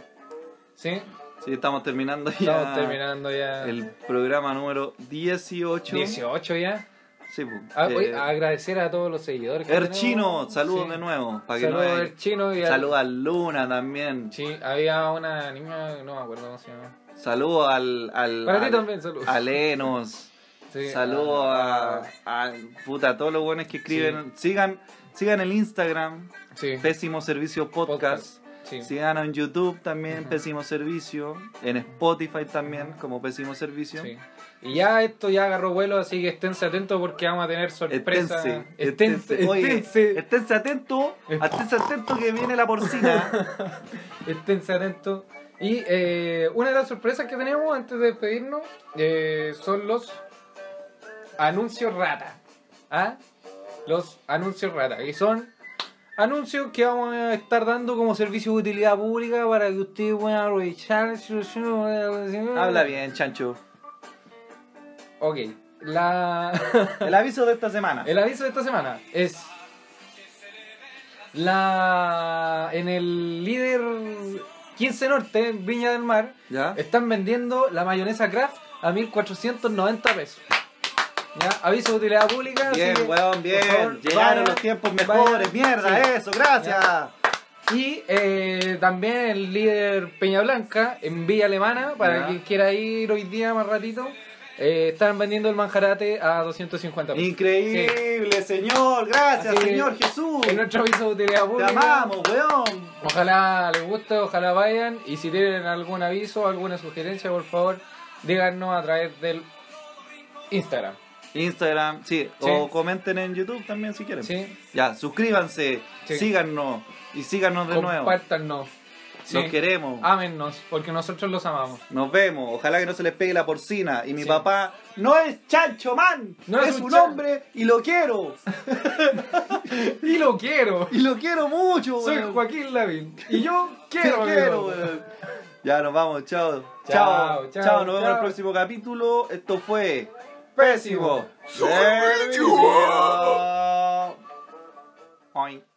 ¿sí? sí, estamos terminando ya. Estamos terminando ya. El programa número 18. 18 ya. Sí, pues. Ah, oye, Eh, agradecer a todos los seguidores. que Erchino, tenemos. saludos Sí. de nuevo. Para que Saludos no a haya- Erchino y a- Saludos a Luna también. Sí, había una niña, no me acuerdo cómo se llama. Saludos al. al Para ti al- también, saludos. A Lenos. Sí, saludos a- a, a- Puta, a todos los buenos que escriben. Sigan, sigan el Instagram, Sí. Pésimo Servicio Podcast. Sí. Sigan en YouTube también, Ujú. Pésimo Servicio. En Spotify también, como Pésimo Servicio. sí. Y ya esto ya agarró vuelo, así que esténse atentos porque vamos a tener sorpresa. Esténse, Esténse, esténse. Oye, esténse, esténse atento, Es- esténse atento que viene la porcina. esténse atentos. Y eh, una de las sorpresas que tenemos antes de despedirnos eh, son los anuncios rata. ¿Ah? Los anuncios rata, que son anuncios que vamos a estar dando como servicio de utilidad pública para que ustedes puedan aprovechar. Habla bien, chancho. Ok, la... El aviso de esta semana. El aviso de esta semana es la en el líder 15 Norte en Viña del Mar ¿Ya? están vendiendo la mayonesa Kraft a 1490 pesos. Ya, aviso de utilidad pública. así Bien, que, weón, por bien. favor, Llegaron vayan, los tiempos vayan, mejores. Mierda, eh. sí. eso, gracias. Y eh, también el líder Peña Blanca en Villa Alemana, para Ya. quien quiera ir hoy día más ratito, eh, están vendiendo el manjarate a 250 pesos. Increíble, señor. Gracias, Así que, señor Jesús. Es nuestro aviso de utilidad Te pública. amamos, weón. Ojalá les guste, ojalá vayan. Y si tienen algún aviso, alguna sugerencia, por favor, díganos a través del Instagram. Instagram, sí, O comenten en YouTube también si quieren. ¿Sí? Ya, suscríbanse, Sí. síganos y síganos de nuevo. Compártanos. Sí. Los queremos. Ámennos, porque nosotros los amamos. Nos vemos. Ojalá que no se les pegue la porcina. Y mi Sí. papá no es chancho, man. No es, es un un chan- hombre y lo quiero. Y lo quiero. Y lo quiero mucho, Soy weón. Joaquín Lavín. Y yo Te quiero. quiero, amigo. weón. Ya nos vamos, chao. Chao, Chao, chao, chao. nos vemos en chao. el próximo capítulo. Esto fue Pésimo. Pésimo. Servicio. Oink.